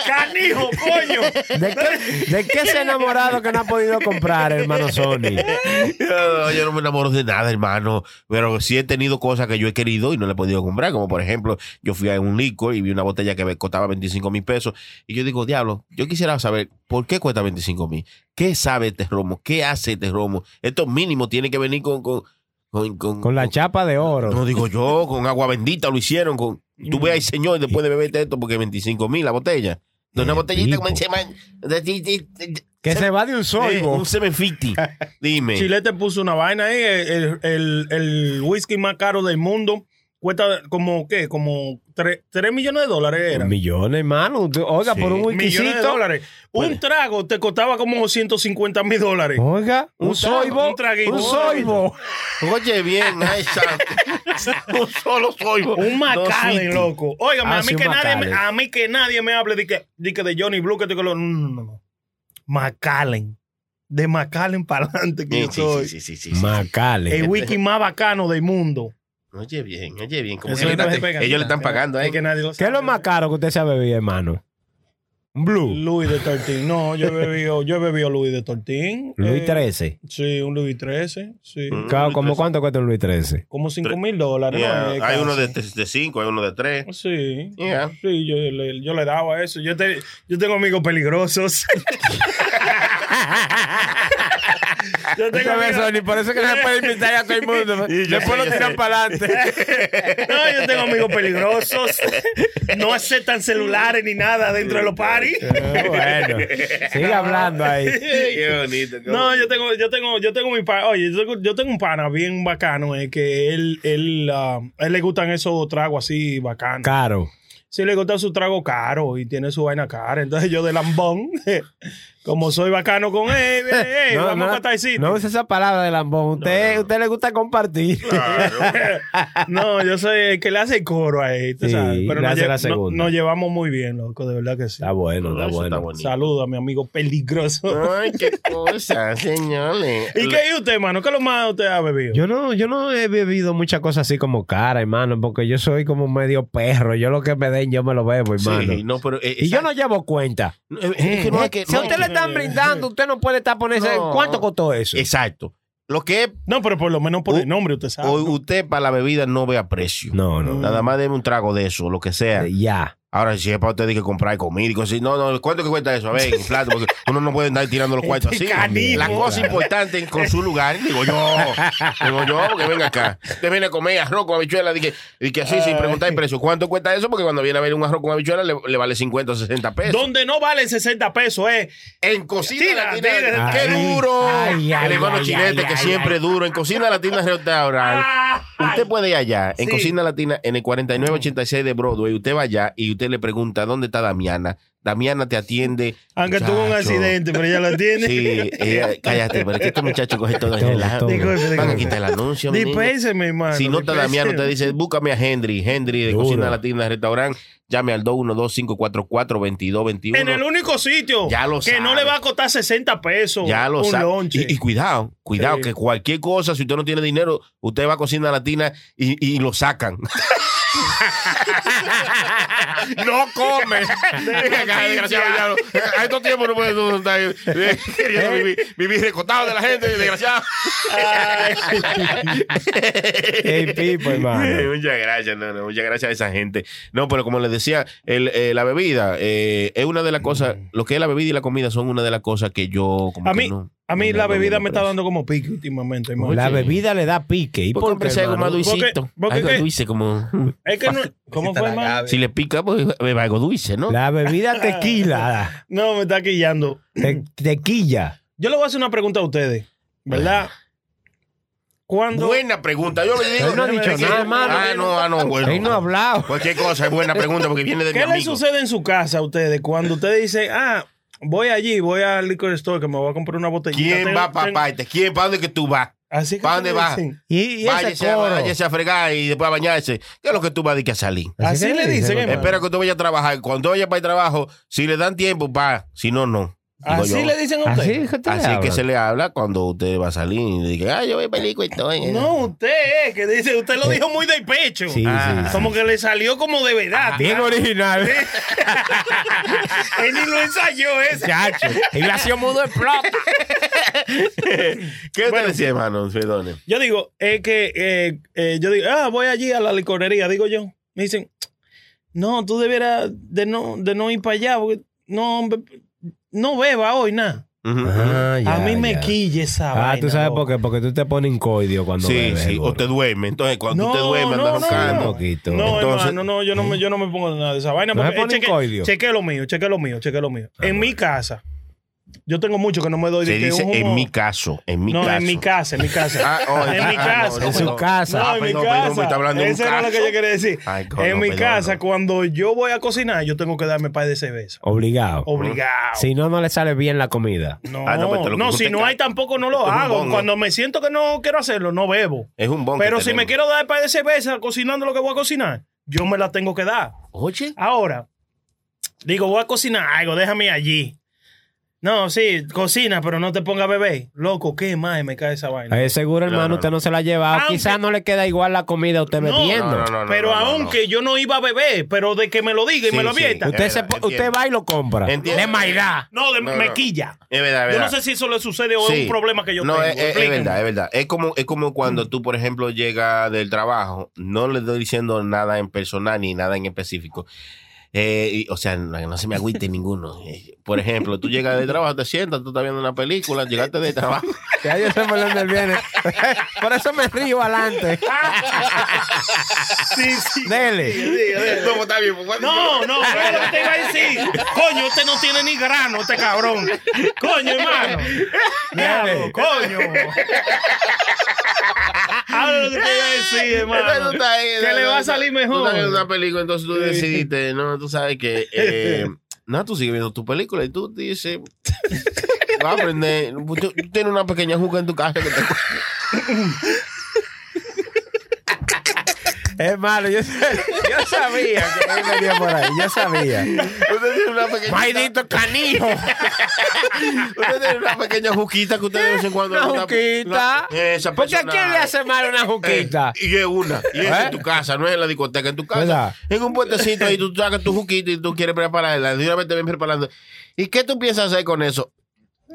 D: Canijo, coño.
G: ¿De qué, ¿De qué se ha enamorado que no ha podido comprar, hermano Sony?
H: Yo, yo no me enamoro de nada, hermano. Pero sí he tenido cosas que yo he querido y no le he podido comprar. Como por ejemplo, yo fui a un licor y vi una botella que me costaba 25 mil pesos. Y yo digo, diablo, yo quisiera saber por qué cuesta 25 mil. ¿Qué sabe este romo? ¿Qué hace este romo? Esto mínimo tiene que venir con. con, con, con-
G: Con la chapa de oro.
H: No digo yo, con agua bendita lo hicieron. con Tú
G: Mm.
H: veas, señor, después de beberte esto, porque 25 mil la botella. De una
G: Eh,
H: botellita
G: tipo.
H: como se llama- de- de- de- de-
G: Que se va de un
H: eh,
G: solvo.
H: Un 750. Dime.
D: Chilete puso una vaina ahí. El, el, el whisky más caro del mundo cuesta como, ¿qué? Como 3, millones de dólares era.
G: Millones, hermano. Tú- Oiga, por un
D: Millones de
G: whiskycito.
D: dólares. Un trago te costaba como 150 mil
G: Oh.
D: dólares.
G: Oiga, un,
D: Un trago,
G: soibo.
D: un traguito.
G: Un soibo.
H: Oye, bien, ay, santo. Un solo soy.
D: Un Macallen, loco. Óigame,
G: Ah,
D: a
G: sí,
D: mí,
G: un
D: que nadie me,
G: Macallen.
D: a mí que nadie me hable de que, de, que de Johnny Blue, que te que lo. No, no, no, no. Macallen. De Macallen para adelante que
H: Sí,
D: yo
H: sí,
D: soy.
H: sí, sí, sí, sí.
G: Macale.
D: El wiki más bacano del mundo.
H: Oye, bien, oye, bien. Como
D: Eso
H: que le
D: no
H: están-
D: se pega.
H: ellos le están pagando,
D: Es
H: ¿eh?
D: que nadie lo
G: ¿Qué es
D: sabe.
G: lo más caro que usted se ha bebido, hermano? Un blue.
D: Louis de Tortín. No, yo he bebido, yo he bebido Louis de Tortín.
G: Luis
D: Eh,
G: 13.
D: Sí, un Louis 13. Sí.
H: Mm.
G: Claro, ¿cómo
H: Luis
G: cuánto cuesta un Luis 13?
D: Como 5 mil dólares.
H: Yeah,
D: ¿no? Eh,
H: Hay uno de,
D: casi.
H: de cinco, hay uno de tres.
D: Sí.
H: Yeah.
D: Sí, yo le, yo le daba eso. Yo, te- yo tengo amigos peligrosos. yo tengo amigos,
G: por eso que no se puede invitar a todo el mundo. Después lo tiran para adelante.
D: no, yo tengo amigos peligrosos. No aceptan celulares ni nada dentro de los paris.
G: Eh, bueno, sigue hablando ahí.
H: Qué bonito. qué
D: No,
H: bonito.
D: yo tengo, yo tengo, yo tengo mi pana. Oye, yo tengo, yo tengo un pana bien bacano, eh, que él, él, ah, él le gustan esos tragos así bacanos.
G: Caro.
D: sí le gusta su trago caro y tiene su vaina cara. Entonces yo de lambón, como soy bacano con él, eh, eh,
G: No,
D: vamos
G: no,
D: a Thai City.
G: no
D: No,
G: usa esa palabra de lambón. Usted, usted le gusta compartir.
H: Claro.
D: yo soy el que le hace coro a él, tú
G: Sí,
D: sabes. Pero
G: le
D: nos
G: hace
D: lle-
G: la
D: no-
G: segunda.
D: nos llevamos muy bien, loco, de verdad que sí.
G: Está bueno, está
H: Eso está
G: bueno.
H: bonito.
D: Saludo a mi amigo peligroso.
H: Ay, qué cosa, señores.
D: ¿Y qué es usted, hermano? ¿Qué es lo más usted ha bebido?
G: Yo no, yo no he bebido muchas cosas así como cara, hermano, porque yo soy como medio perro. Yo lo que me den, yo me lo bebo, hermano.
H: Sí, no, pero. eh,
G: y yo
H: esa-
G: no llevo cuenta.
H: eh, es que no hay que-
G: si
H: no
G: a
H: hay
G: usted
H: que-
G: le están brindando, usted no puede estar poniendo.
H: No.
G: ¿Cuánto costó eso?
H: Exacto. Lo que es.
D: No, pero por lo menos por
H: U-
D: el nombre, usted sabe.
H: o Usted para la bebida no vea precio.
G: No, no.
H: Nada más deme un trago de eso, lo que sea.
G: Ya.
H: Ahora, si es para usted de que comprar comida y cosas así, no, no, ¿cuánto que cuesta eso? A ver, en plato, porque uno no puede andar tirando los
G: Este
H: cuartos así.
D: canijo.
H: La cosa importante es con su lugar, digo yo, digo yo, porque venga acá. Usted viene a comer arroz con habichuela, y que, y que así, sin preguntar el precio, ¿cuánto cuesta eso? Porque cuando viene a ver un arroz con habichuela, le, le vale 50 o 60 pesos.
D: Donde no vale 60 pesos, eh.
H: En cocina
D: Tira,
H: latina,
D: tira.
H: qué
G: Ay,
H: duro.
G: ay, ay,
H: el hermano
G: ay,
H: Chilete,
G: ay,
H: que
G: ay,
H: siempre es duro. En cocina latina restaurante. Usted puede ir allá, en
D: Sí.
H: cocina latina, en el 4986 de Broadway. Usted va allá y usted le pregunta, ¿dónde está Damiana? Damiana te atiende.
D: Aunque tuvo un
H: muchacho.
D: accidente, pero ella lo atiende.
H: Sí, ella, cállate, pero es que este muchacho coge todo en el lado.
D: Disculpe, pues,
H: Van a
D: disculpe.
H: quitar el anuncio. mi niño.
D: Dispénseme, hermano.
H: Si no está Damián,
D: dispénseme.
H: usted dice, búscame a Henry, Henry de
G: Duro.
H: Cocina Latina Restaurant, llame al 212-544-2221.
D: En el único sitio
H: Ya lo
D: que no
H: sabe.
D: le va a costar 60 pesos
H: ya lo
D: un
H: sabe.
D: lonche.
H: Y, y cuidado, cuidado,
D: Sí.
H: que cualquier cosa, si usted no tiene dinero, usted va a Cocina Latina y, y lo sacan. no come. Ay, desgraciado, ya no. A estos tiempos no puedes tú estar eh, queriendo vivir, vivir recotado de la gente, desgraciado.
G: Hey, Pipo, hermano.
H: muchas gracias, no, no, muchas gracias a esa gente. No, pero como les decía, el, eh, la bebida eh, es una de
G: Mm.
H: las cosas, lo que es la bebida y la comida son una de las cosas que yo... Como
D: A
H: que
D: mí-
H: no-
D: a mí
H: no
D: la
H: hago bien,
D: bebida me
H: pero
D: está
H: sí.
D: dando como pique últimamente, hermano.
G: La bebida le da pique. ¿Y
H: ¿Y por
G: por
H: qué
G: qué,
H: empecé algo más
G: hermano?
H: dulcito?
D: Porque- porque
H: Algo
D: que-
H: dulce como...
D: Es que no, ¿Cómo
K: Está
D: fue,
K: la
D: hermano?
K: Gaby.
H: Si le pica, pues beba algo dulce, ¿no?
G: La bebida tequila.
D: No, me está quillando.
G: te- tequilla.
D: Yo le voy a hacer una pregunta a ustedes, ¿verdad? Cuando
H: Buena pregunta. Yo le digo...
G: Él no ha dicho nada, hermano.
H: Ah, no, ah, no, bueno.
G: Él no ha hablado.
H: Cualquier cosa es buena pregunta porque viene de mi
D: ¿Qué les
H: amigo.
D: sucede en su casa a ustedes cuando ustedes dicen, ah, voy allí, voy al liquor store que me voy a comprar una botellita?
H: ¿Quién va para parte? ¿Quién? ¿Para dónde que tú vas?
D: Así
H: ¿Para dónde
D: me
H: vas?
D: dicen.
G: Y, y ese
H: Váyase a,
G: coro.
H: váyase a fregar y después a bañarse. ¿Qué es lo que tú vas a decir que a salir?
D: Así
G: que
D: le dicen,
G: hermano.
D: hermano.
H: Espera que tú vayas a trabajar. Cuando vayas para el trabajo, si le dan tiempo, va. Si no, no. Digo
D: Así
H: yo.
D: le dicen a
G: Así
D: ustedes.
G: es que te
H: Así que
G: hablan.
H: se le habla cuando usted va a salir y le diga, ah, yo voy película y todo.
D: No, usted es que dice, usted lo dijo muy de pecho.
G: Sí,
D: Ah.
G: sí, sí.
D: Como que le salió como de verdad.
G: Bien original.
D: Él ni lo ensayó eh. ese.
G: Chacho. Y le hacía mudo de plata.
H: ¿Qué te decía, hermano? Perdone.
D: Yo digo, es que eh, eh, yo digo, ah, voy allí a la licorería, digo yo. Me dicen, no, tú debieras de no, de no ir para allá, porque no, be- no beba hoy nada.
H: Ujú.
D: a mí me quille esa
G: Ah,
D: vaina,
G: tú sabes
D: loco.
G: por qué. Porque tú te pones incoidio cuando
H: sí,
G: bebes.
H: sí. O
G: gordo.
H: te duerme. Entonces, cuando
D: No,
H: usted duerme,
D: no,
H: anda
D: no,
H: roncando.
G: Un poquito.
D: No,
H: Entonces- ¿eh?
D: hermano, no, yo no, me, yo no me pongo nada de esa vaina.
G: ¿No se
D: porque- eh,
G: pone
D: cheque,
G: incoidio?
D: cheque lo mío, cheque lo mío, cheque lo mío. en mi casa, yo tengo mucho que no me doy
H: Ah, Se
D: de que
H: dice
D: un
H: en
D: humo-
H: mi caso. En mi
D: no,
H: caso.
D: en mi casa, en mi casa.
H: Ah, oh,
D: en mi
H: ah,
D: casa. pues.
H: no, no,
G: En su
H: no.
G: casa.
D: No,
H: Ah,
D: en mi
H: perdón,
D: casa.
H: perdón, me está hablando de un
D: Eso era lo que
H: caso.
D: yo quería decir.
H: Ay, coño,
D: en mi
H: perdón,
D: casa,
H: no.
D: cuando yo voy a cocinar, yo tengo que darme par de cerveza.
G: Obligado.
D: Oh. Obligado.
G: Si no, no le sale bien la comida.
D: No,
H: Uh-huh. Ah, no,
D: no,
H: pero te lo- usted
D: si no
H: ca-
D: hay tampoco no lo
H: es un
D: hago.
H: bongo.
D: Cuando me siento que no quiero hacerlo, no bebo.
H: Es un bon. que
D: Pero si
H: tenemos.
D: me quiero dar par de cerveza cocinando lo que voy a cocinar, yo me la tengo que dar.
H: Oye.
D: Ahora, digo, voy a cocinar algo, déjame allí. No, sí, cocina, pero no te ponga bebé. Loco, qué más me cae esa vaina.
G: Eh, seguro, hermano,
H: no, no.
G: usted no se la ha llevado.
D: Aunque-
G: Quizás no le queda igual la comida a usted
D: No.
G: bebiendo.
H: No, no, no, no,
D: pero
H: no, no,
D: aunque yo no iba a beber, pero de que me lo diga y
H: Sí,
D: me lo
H: sí.
D: avienta.
G: Usted, se,
H: Entiendo,
G: po- usted
H: entiendo.
G: va y lo compra.
H: Entiendo.
G: De Maidá.
D: No, de
H: No, no.
D: mequilla.
H: Es verdad, es
D: Yo
H: verdad.
D: no sé si eso le sucede o es
H: Sí.
D: un problema que yo
H: no,
D: tengo.
H: es- Es, es
D: Explíquenme.
H: verdad, es verdad. Es como, es como cuando tú, por ejemplo, llegas del trabajo, no le estoy diciendo nada en personal ni nada en específico. Eh, y- o sea, no, no se me agüite ninguno. Eh, Por ejemplo, tú llegas del trabajo, te sientas, tú estás viendo una película, llegaste del trabajo.
G: Ya yo sé por dónde él viene. Por eso me río adelante.
D: Sí, sí.
G: Dele.
H: no, pues, está bien, pues, bueno,
D: No, no, es lo que te iba a decir. Coño, usted no tiene ni grano, este cabrón. Coño, hermano. Diablo, coño. Ahora lo que te iba a decir,
H: Entonces tú
D: hermano.
H: estás ahí,
D: Que le va a salir
H: Tú
D: mejor.
H: estás viendo una película, entonces tú decidiste, no, tú sabes que. eh, no, tú sigues viendo tu película y tú dices. Va a aprender. Tú, tú tienes una pequeña juca en tu casa que te.
G: Hermano, yo, yo sabía que él venía por ahí. Yo sabía.
H: Usted tiene una pequeña.
G: Maidito canijo.
H: Usted tiene una pequeña juquita que usted de vez en cuando.
G: Una
H: no está-
G: juquita.
H: no- esa
G: Porque a
H: persona-
G: quién le hace mal una juquita?
H: Eh, y es una. Y es
G: ¿Eh?
H: en tu casa, no es en la discoteca, en tu casa.
G: ¿Verdad?
H: En un puentecito ahí tú sacas tu juquita y tú quieres prepararla. De una vez te ven preparando. ¿Y qué tú piensas hacer con eso?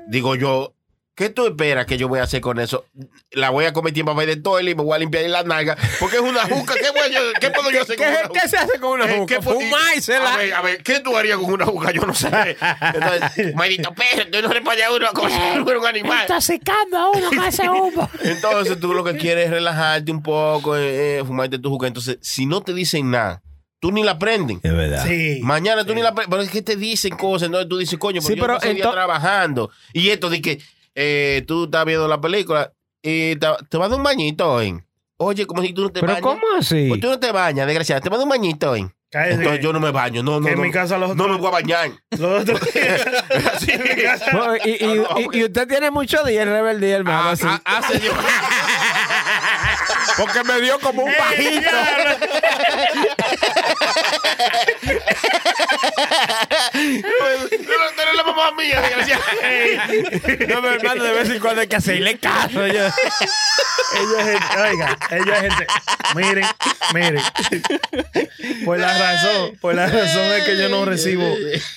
H: Digo yo, ¿qué tú esperas que yo voy a hacer con eso? La voy a comer tiempo para ir de toilet y me voy a limpiar ahí la nalga. Porque es una juca. ¿Qué, voy yo- qué puedo yo hacer
G: ¿Qué,
H: con
G: es-
H: una
G: qué se hace con una
H: eh,
G: juca?
H: ¿qué po-
G: Fumársela.
H: A ver, a ver, ¿qué tú harías con una juca? Yo no sé. Entonces, maldito perro, tú no le pagas a uno a comer un animal.
G: secando a uno con ese humo.
H: Entonces, tú lo que quieres es relajarte un poco, eh, eh, fumarte tu juca. Entonces, si no te dicen nada, tú ni la prenden.
G: Es verdad.
D: Sí.
H: Mañana tú ni la pre- Pero es que te dicen cosas, entonces tú dices, coño,
G: Sí,
H: pero
G: pero
H: yo estoy
G: ento-
H: trabajando. Y esto de que eh, tú estás viendo la película y te, te vas de un bañito hoy. Oye, como si tú no te
G: Pero
H: bañas.
G: ¿cómo así?
H: Pues tú no te bañas, desgraciado. Te vas de un bañito hoy.
D: Cállese.
H: Entonces yo no me baño. No, no,
D: Que en
H: no.
D: mi casa los
H: No
D: otros-
H: me voy a bañar.
D: Los otros días-
H: Así.
D: en mi casa-
G: Bueno, Pues, y, y-
H: Ah, no,
G: y- y usted tiene mucho día en rebeldía, hermano.
H: Ah,
G: sí.
H: ah, ah, señor. Porque me dio como un pajito. Tú eres la mamá mía, desgraciada.
G: No, pero, hermano, de vez en cuando hay que hacerle caso. yo.
D: Ellos es gente, oiga, ellos es gente. Miren, miren. Pues la razón, pues la razón es que yo no recibo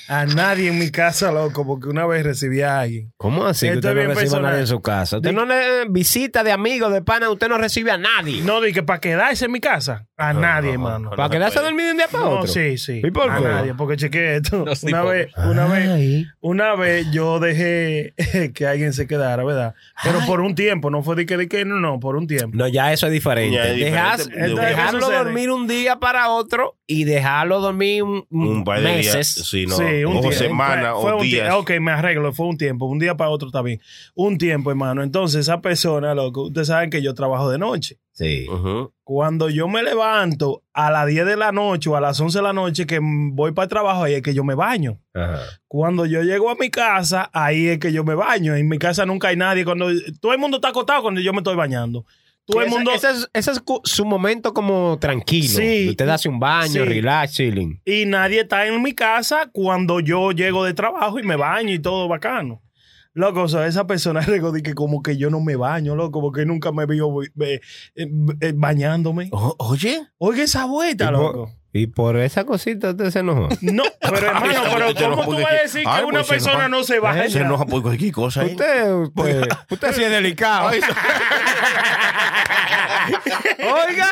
D: a nadie en mi casa, loco, porque una vez recibí a alguien.
G: ¿Cómo así? Que
D: Esto
G: usted
D: es
G: no
D: bien
G: recibe a
D: personal.
G: nadie en su casa. Usted
D: Di-
G: no le eh, visita de amigos, de pana, usted no recibe a nadie.
D: No, dije, para quedarse en mi casa, a nadie, hermano.
G: Para quedarse a dormir de un día para
D: No,
G: otro.
D: sí, sí.
G: ¿Y por
D: a
G: qué?
D: nadie, porque chequé esto.
K: No, sí,
D: una
K: por-
D: vez, una vez,
G: Ay.
D: una vez yo dejé que alguien se quedara, ¿verdad? Pero por un tiempo, no fue de que, de que no, no, por un tiempo.
G: No, ya eso es diferente.
H: Ya es diferente.
G: Dejas-
H: Entonces,
D: ¿qué
G: dejarlo
D: sucede?
G: dormir un día para otro y dejarlo dormir un,
H: Un par de días.
G: meses.
H: Sí, no.
D: Sí, un
H: o
D: tiempo.
H: semana
D: Fue- fue
H: o
D: un tie-
H: días.
D: Ok, me arreglo, fue un tiempo, un día para otro está bien. Un tiempo, hermano. Entonces, esa persona, loco, ustedes saben que yo trabajo de noche.
G: Sí.
H: Ujú.
D: Cuando yo me levanto a las 10 de la noche o a las 11 de la noche que mm, voy para el trabajo, ahí es que yo me baño. Cuando yo llego a mi casa, ahí es que yo me baño. En mi casa nunca hay nadie. Cuando todo el mundo está acostado cuando yo me estoy bañando. Todo el
G: Ese-
D: mundo.
G: Ese, es, ese es cu- su momento como tranquilo.
D: Sí.
G: Usted hace un baño,
D: Sí.
G: relax, chilling.
D: Y nadie está en mi casa cuando yo llego de trabajo y me baño y todo bacano. Loco, o sea, esa persona digo, de que como que yo no me baño, loco, porque nunca me vio eh, eh, eh, bañándome.
H: O- Oye.
D: Oiga esa vuelta,
G: Y por-
D: loco.
G: Y por esa cosita usted se enojó.
D: No, pero hermano,
H: Ay,
D: pero
H: usted no
D: ¿cómo tú
H: puede
D: vas a
H: decir-
D: decir
H: Ay,
D: que una
H: pues, se enoja.
D: persona no se baña?
H: Se enoja por cualquier cosa. ¿eh?
G: Usted, usted,
D: Pues,
G: usted sí es delicado. Oiga.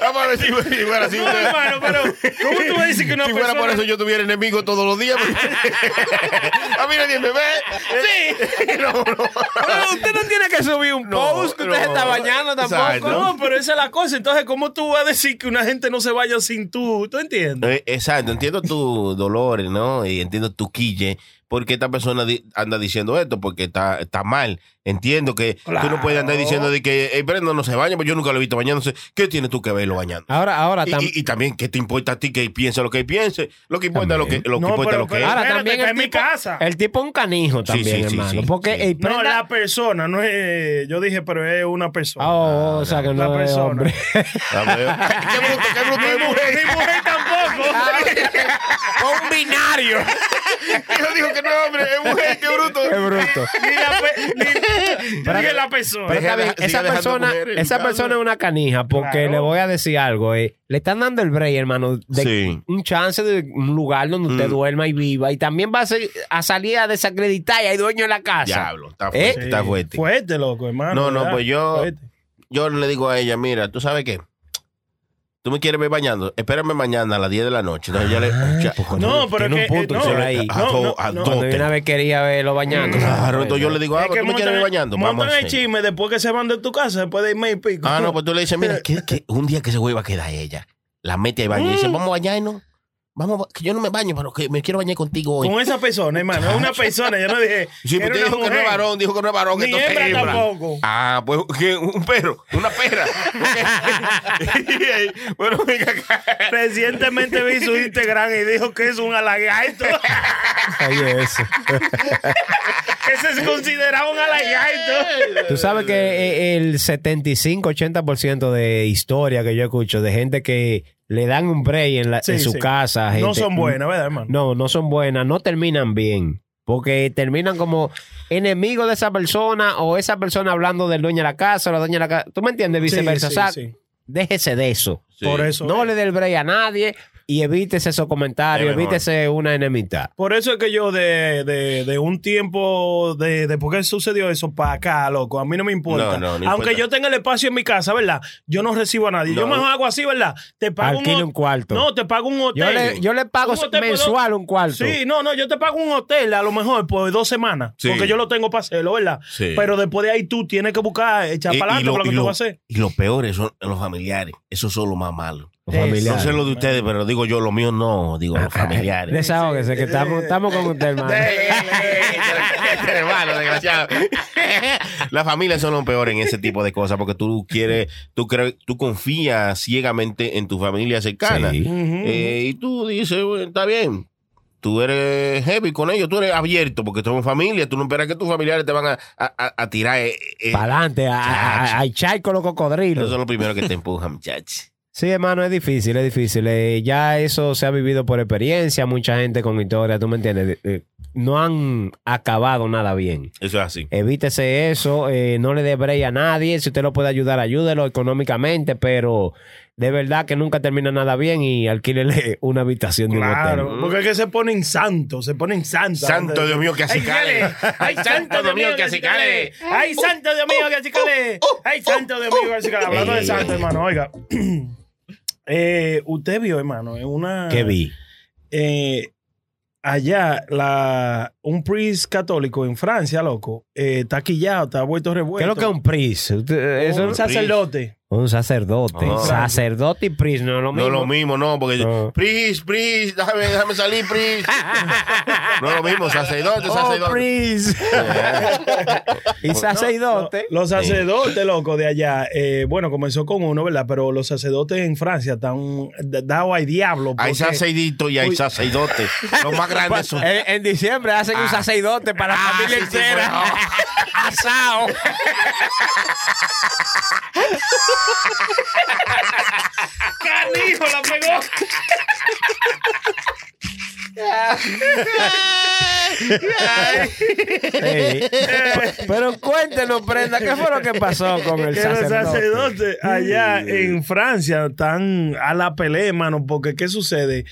H: Ah, bueno, si, si fuera así,
D: No,
H: usted-
D: hermano, pero ¿cómo tú vas a decir que una
H: si fuera
D: persona...
H: por eso yo tuviera enemigos todos los días. a mí nadie me ve. Sí. no, no.
G: Pero usted no tiene que subir un
H: No,
G: post que usted se
H: no.
G: está bañando
H: Exacto.
G: tampoco.
D: No, pero esa es la cosa. Entonces, ¿cómo tú vas a decir que una gente no se vaya sin tú? ¿Tú entiendes?
H: Eh, Exacto, entiendo tu dolores, ¿no? Y entiendo tu quille, porque esta persona di- anda diciendo esto, porque está, está mal. Entiendo que tú no puedes andar diciendo de que el Brendo no se baña, pues yo nunca lo he visto bañándose. ¿Qué tienes tú que verlo bañando?
G: Ahora, ahora,
H: Y,
G: Ah, tam-
H: y- y también, ¿qué te importa a ti que él piense lo que él piense? Lo que importa es lo que, lo que,
D: No,
H: importa es
D: pero-
H: lo que
D: pero-
H: es.
G: ahora
D: Espérate,
G: también
D: que
G: el
D: en mi
G: tipo,
D: casa.
G: el tipo es un canijo
H: Sí,
G: también,
H: sí, sí,
G: hermano.
H: sí,
G: porque eh,
H: sí.
G: el
D: No,
G: prenda-
D: la persona, no es... Yo dije, pero es una persona.
G: Ah, oh, o sea que
D: la
G: no es
D: persona.
G: hombre.
H: Ah, pero- ¡Qué bruto, qué bruto de mujer!
D: Ni mujer
G: Ah,
D: tampoco.
G: un binario.
H: Él dijo que no es hombre, es mujer, qué bruto.
G: Qué bruto.
D: ni la, pe- ni- yo dije la
G: Pero
D: persona.
G: está bien,
H: sigue
G: esa
H: dejando
G: persona,
H: mujeres en
G: esa
H: casa.
G: persona es una canija, porque
D: Claro.
G: le voy a decir algo. eh. Le están dando el break, hermano, de
H: Sí.
G: un chance de un lugar donde usted
H: Mm.
G: duerma y viva. Y también va a, ser- a salir a desacreditar y hay dueño en la casa.
H: Diablo, está
G: ¿Eh?
H: fuerte, está fuerte.
D: Fuerte, loco, hermano.
H: No, no,
D: ¿verdad?
H: pues yo-
D: Fuerte.
H: yo le digo a ella, mira, ¿tú sabes qué? Tú me quieres ver bañando, espérame mañana a las 10 de la noche. Entonces ya le... ya-
D: No, pero
G: Tiene
D: que...
G: un punto,
D: eh,
G: usted
D: no,
G: lo ahí.
H: a do- a
D: no, no.
H: do-
G: Cuando yo una vez quería verlo bañando.
H: Claro, entonces yo le digo, ah,
D: Es
H: pero
D: que
H: tú me quieres
D: montan-
H: ver bañando. Vamos
D: Montan
H: a
D: el
H: hacer.
D: chisme después que se van de tu casa, después de irme y pico.
H: Ah, no, pues tú le dices, mira, que, que un día que se vuelva a quedar ella. La mete al baño y dice,
D: Mm.
H: vamos a bañarnos. Vamos, a- que yo no me baño, pero que me quiero bañar contigo hoy.
D: Con esa persona, hermano. Es una persona, yo no dije.
H: pues, Sí, pues
D: que
H: pero
D: era
H: usted dijo que
D: una
H: no es
D: mujer.
H: varón, dijo que no es varón, que
D: Ni
H: esto es
D: hembra
H: hembra.
D: tampoco.
H: Ah, pues que un perro, una perra. Ok. bueno, venga acá.
D: Recientemente vi su Instagram y dijo que es un alagaito.
G: Oye, eso.
D: que se consideraba un alagaito.
G: Tú sabes que eh, el 75-80% de historia que yo escucho de gente que le dan un break en, la-
D: Sí,
G: en su
D: sí.
G: casa.
D: No
G: gente-
H: mm,
D: son buenas, ¿verdad, hermano?
G: No, no son buenas, no terminan bien. Porque terminan como enemigos de esa persona o esa persona hablando del dueño de la casa o la dueña de la casa. ¿Tú me entiendes?
D: Sí,
G: Viceversa.
D: sí,
G: O sea,
D: sí.
G: Déjese de eso.
D: Por eso.
G: No le dé el break a nadie y evítese esos comentarios,
H: Es mejor.
G: evítese una enemistad.
D: Por eso es que yo de, de, de un tiempo de, de por qué sucedió eso para acá, loco. A mí no me
H: No,
D: importa.
H: no, no
D: Aunque
H: importa.
D: yo tenga el espacio en mi casa, ¿verdad? Yo no recibo a nadie. Yo
H: No.
D: mejor hago así, ¿verdad? Te pago
G: Alquile
D: hot-
G: un cuarto.
D: No, te pago un hotel.
G: Yo le, yo le pago
D: Un hotel por
G: mensual
D: dos-
G: un cuarto.
D: Sí, no, no, yo te pago un hotel a lo mejor por dos semanas.
H: Sí.
D: Porque yo lo tengo para hacerlo, ¿verdad?
H: Sí.
D: Pero después de ahí tú tienes que buscar, echar
H: Y- y
D: para adelante
H: lo-
D: con lo que
H: y
D: tú
H: lo-
D: vas a hacer.
H: Y los peores son los familiares. Ah, Eso son los más malos. No sé lo de ustedes, pero digo yo, lo mío no, digo los familiares.
G: Desahógese, que estamos, estamos con usted, hermano.
H: Este hermano, desgraciado. Las familias son lo peor en ese tipo de cosas porque tú quieres, tú crees, tú confías ciegamente en tu familia cercana.
G: Sí.
H: Eh, y tú dices, "Bueno, está bien. Tú eres heavy con ellos, tú eres abierto porque somos familia. Tú no esperas que tus familiares te van a, a- a- a tirar. eh, eh.
G: Para adelante, a, a, a- a echar con los
H: Eso es
G: cocodrilos.
H: lo primero que te empujan, muchachos.
G: Sí, hermano, es difícil, es difícil. Eh, ya eso se ha vivido por experiencia, mucha gente con historia, ¿tú me entiendes? Eh, no han acabado nada bien.
H: Eso es así.
G: Evítese eso, eh, no le dé break a nadie. Si usted lo puede ayudar, ayúdelo económicamente, pero de verdad que nunca termina nada bien y alquílele una habitación de un
D: Claro,
G: hotel.
D: porque es que se ponen santos, se ponen santos.
H: Santo Dios mío, que así
D: Ay,
H: cale.
D: cale. Ay, santo Dios mío, que así cale. Ay, santo Dios mío, que así cale. Ay, santo Dios mío, que así cale. Hablando de
H: Ey.
D: santo, hermano, oiga. Eh, usted vio, hermano, en una.
G: ¿Qué vi?
D: eh, allá, la, un priest católico en Francia, loco, eh, está quillado, está vuelto
G: ¿Qué es
D: revuelto.
G: lo que es un pris? Usted- eso-
D: un sacerdote.
G: un sacerdote.
H: Ah.
G: Sacerdote y pris, no es lo
H: No
G: mismo.
H: es lo mismo, no, porque yo,
G: No.
H: Pris, Pris, déjame, déjame salir, Pris. no es lo mismo, sacerdote,
G: Oh,
H: sacerdote.
G: pris. y sacerdote.
D: Ah, Los sacerdotes, loco, de allá. eh, bueno, comenzó con uno, ¿verdad? Pero los sacerdotes en Francia están dados al diablo.
H: Hay
D: porque-
H: sacerditos y hay sacerdotes. Los más grandes son.
G: Pues,
H: Ah,
G: En, en diciembre hacen un sacerdote para la familia
H: sí, sí,
G: entera. Asado.
D: ¡Canijo, la pegó!
G: Sí. Pero cuéntenos, prenda, ¿qué fue lo que pasó con el
D: Que los
G: sacerdote?
D: sacerdotes allá en Francia están a la pelea, hermano, porque ¿qué sucede?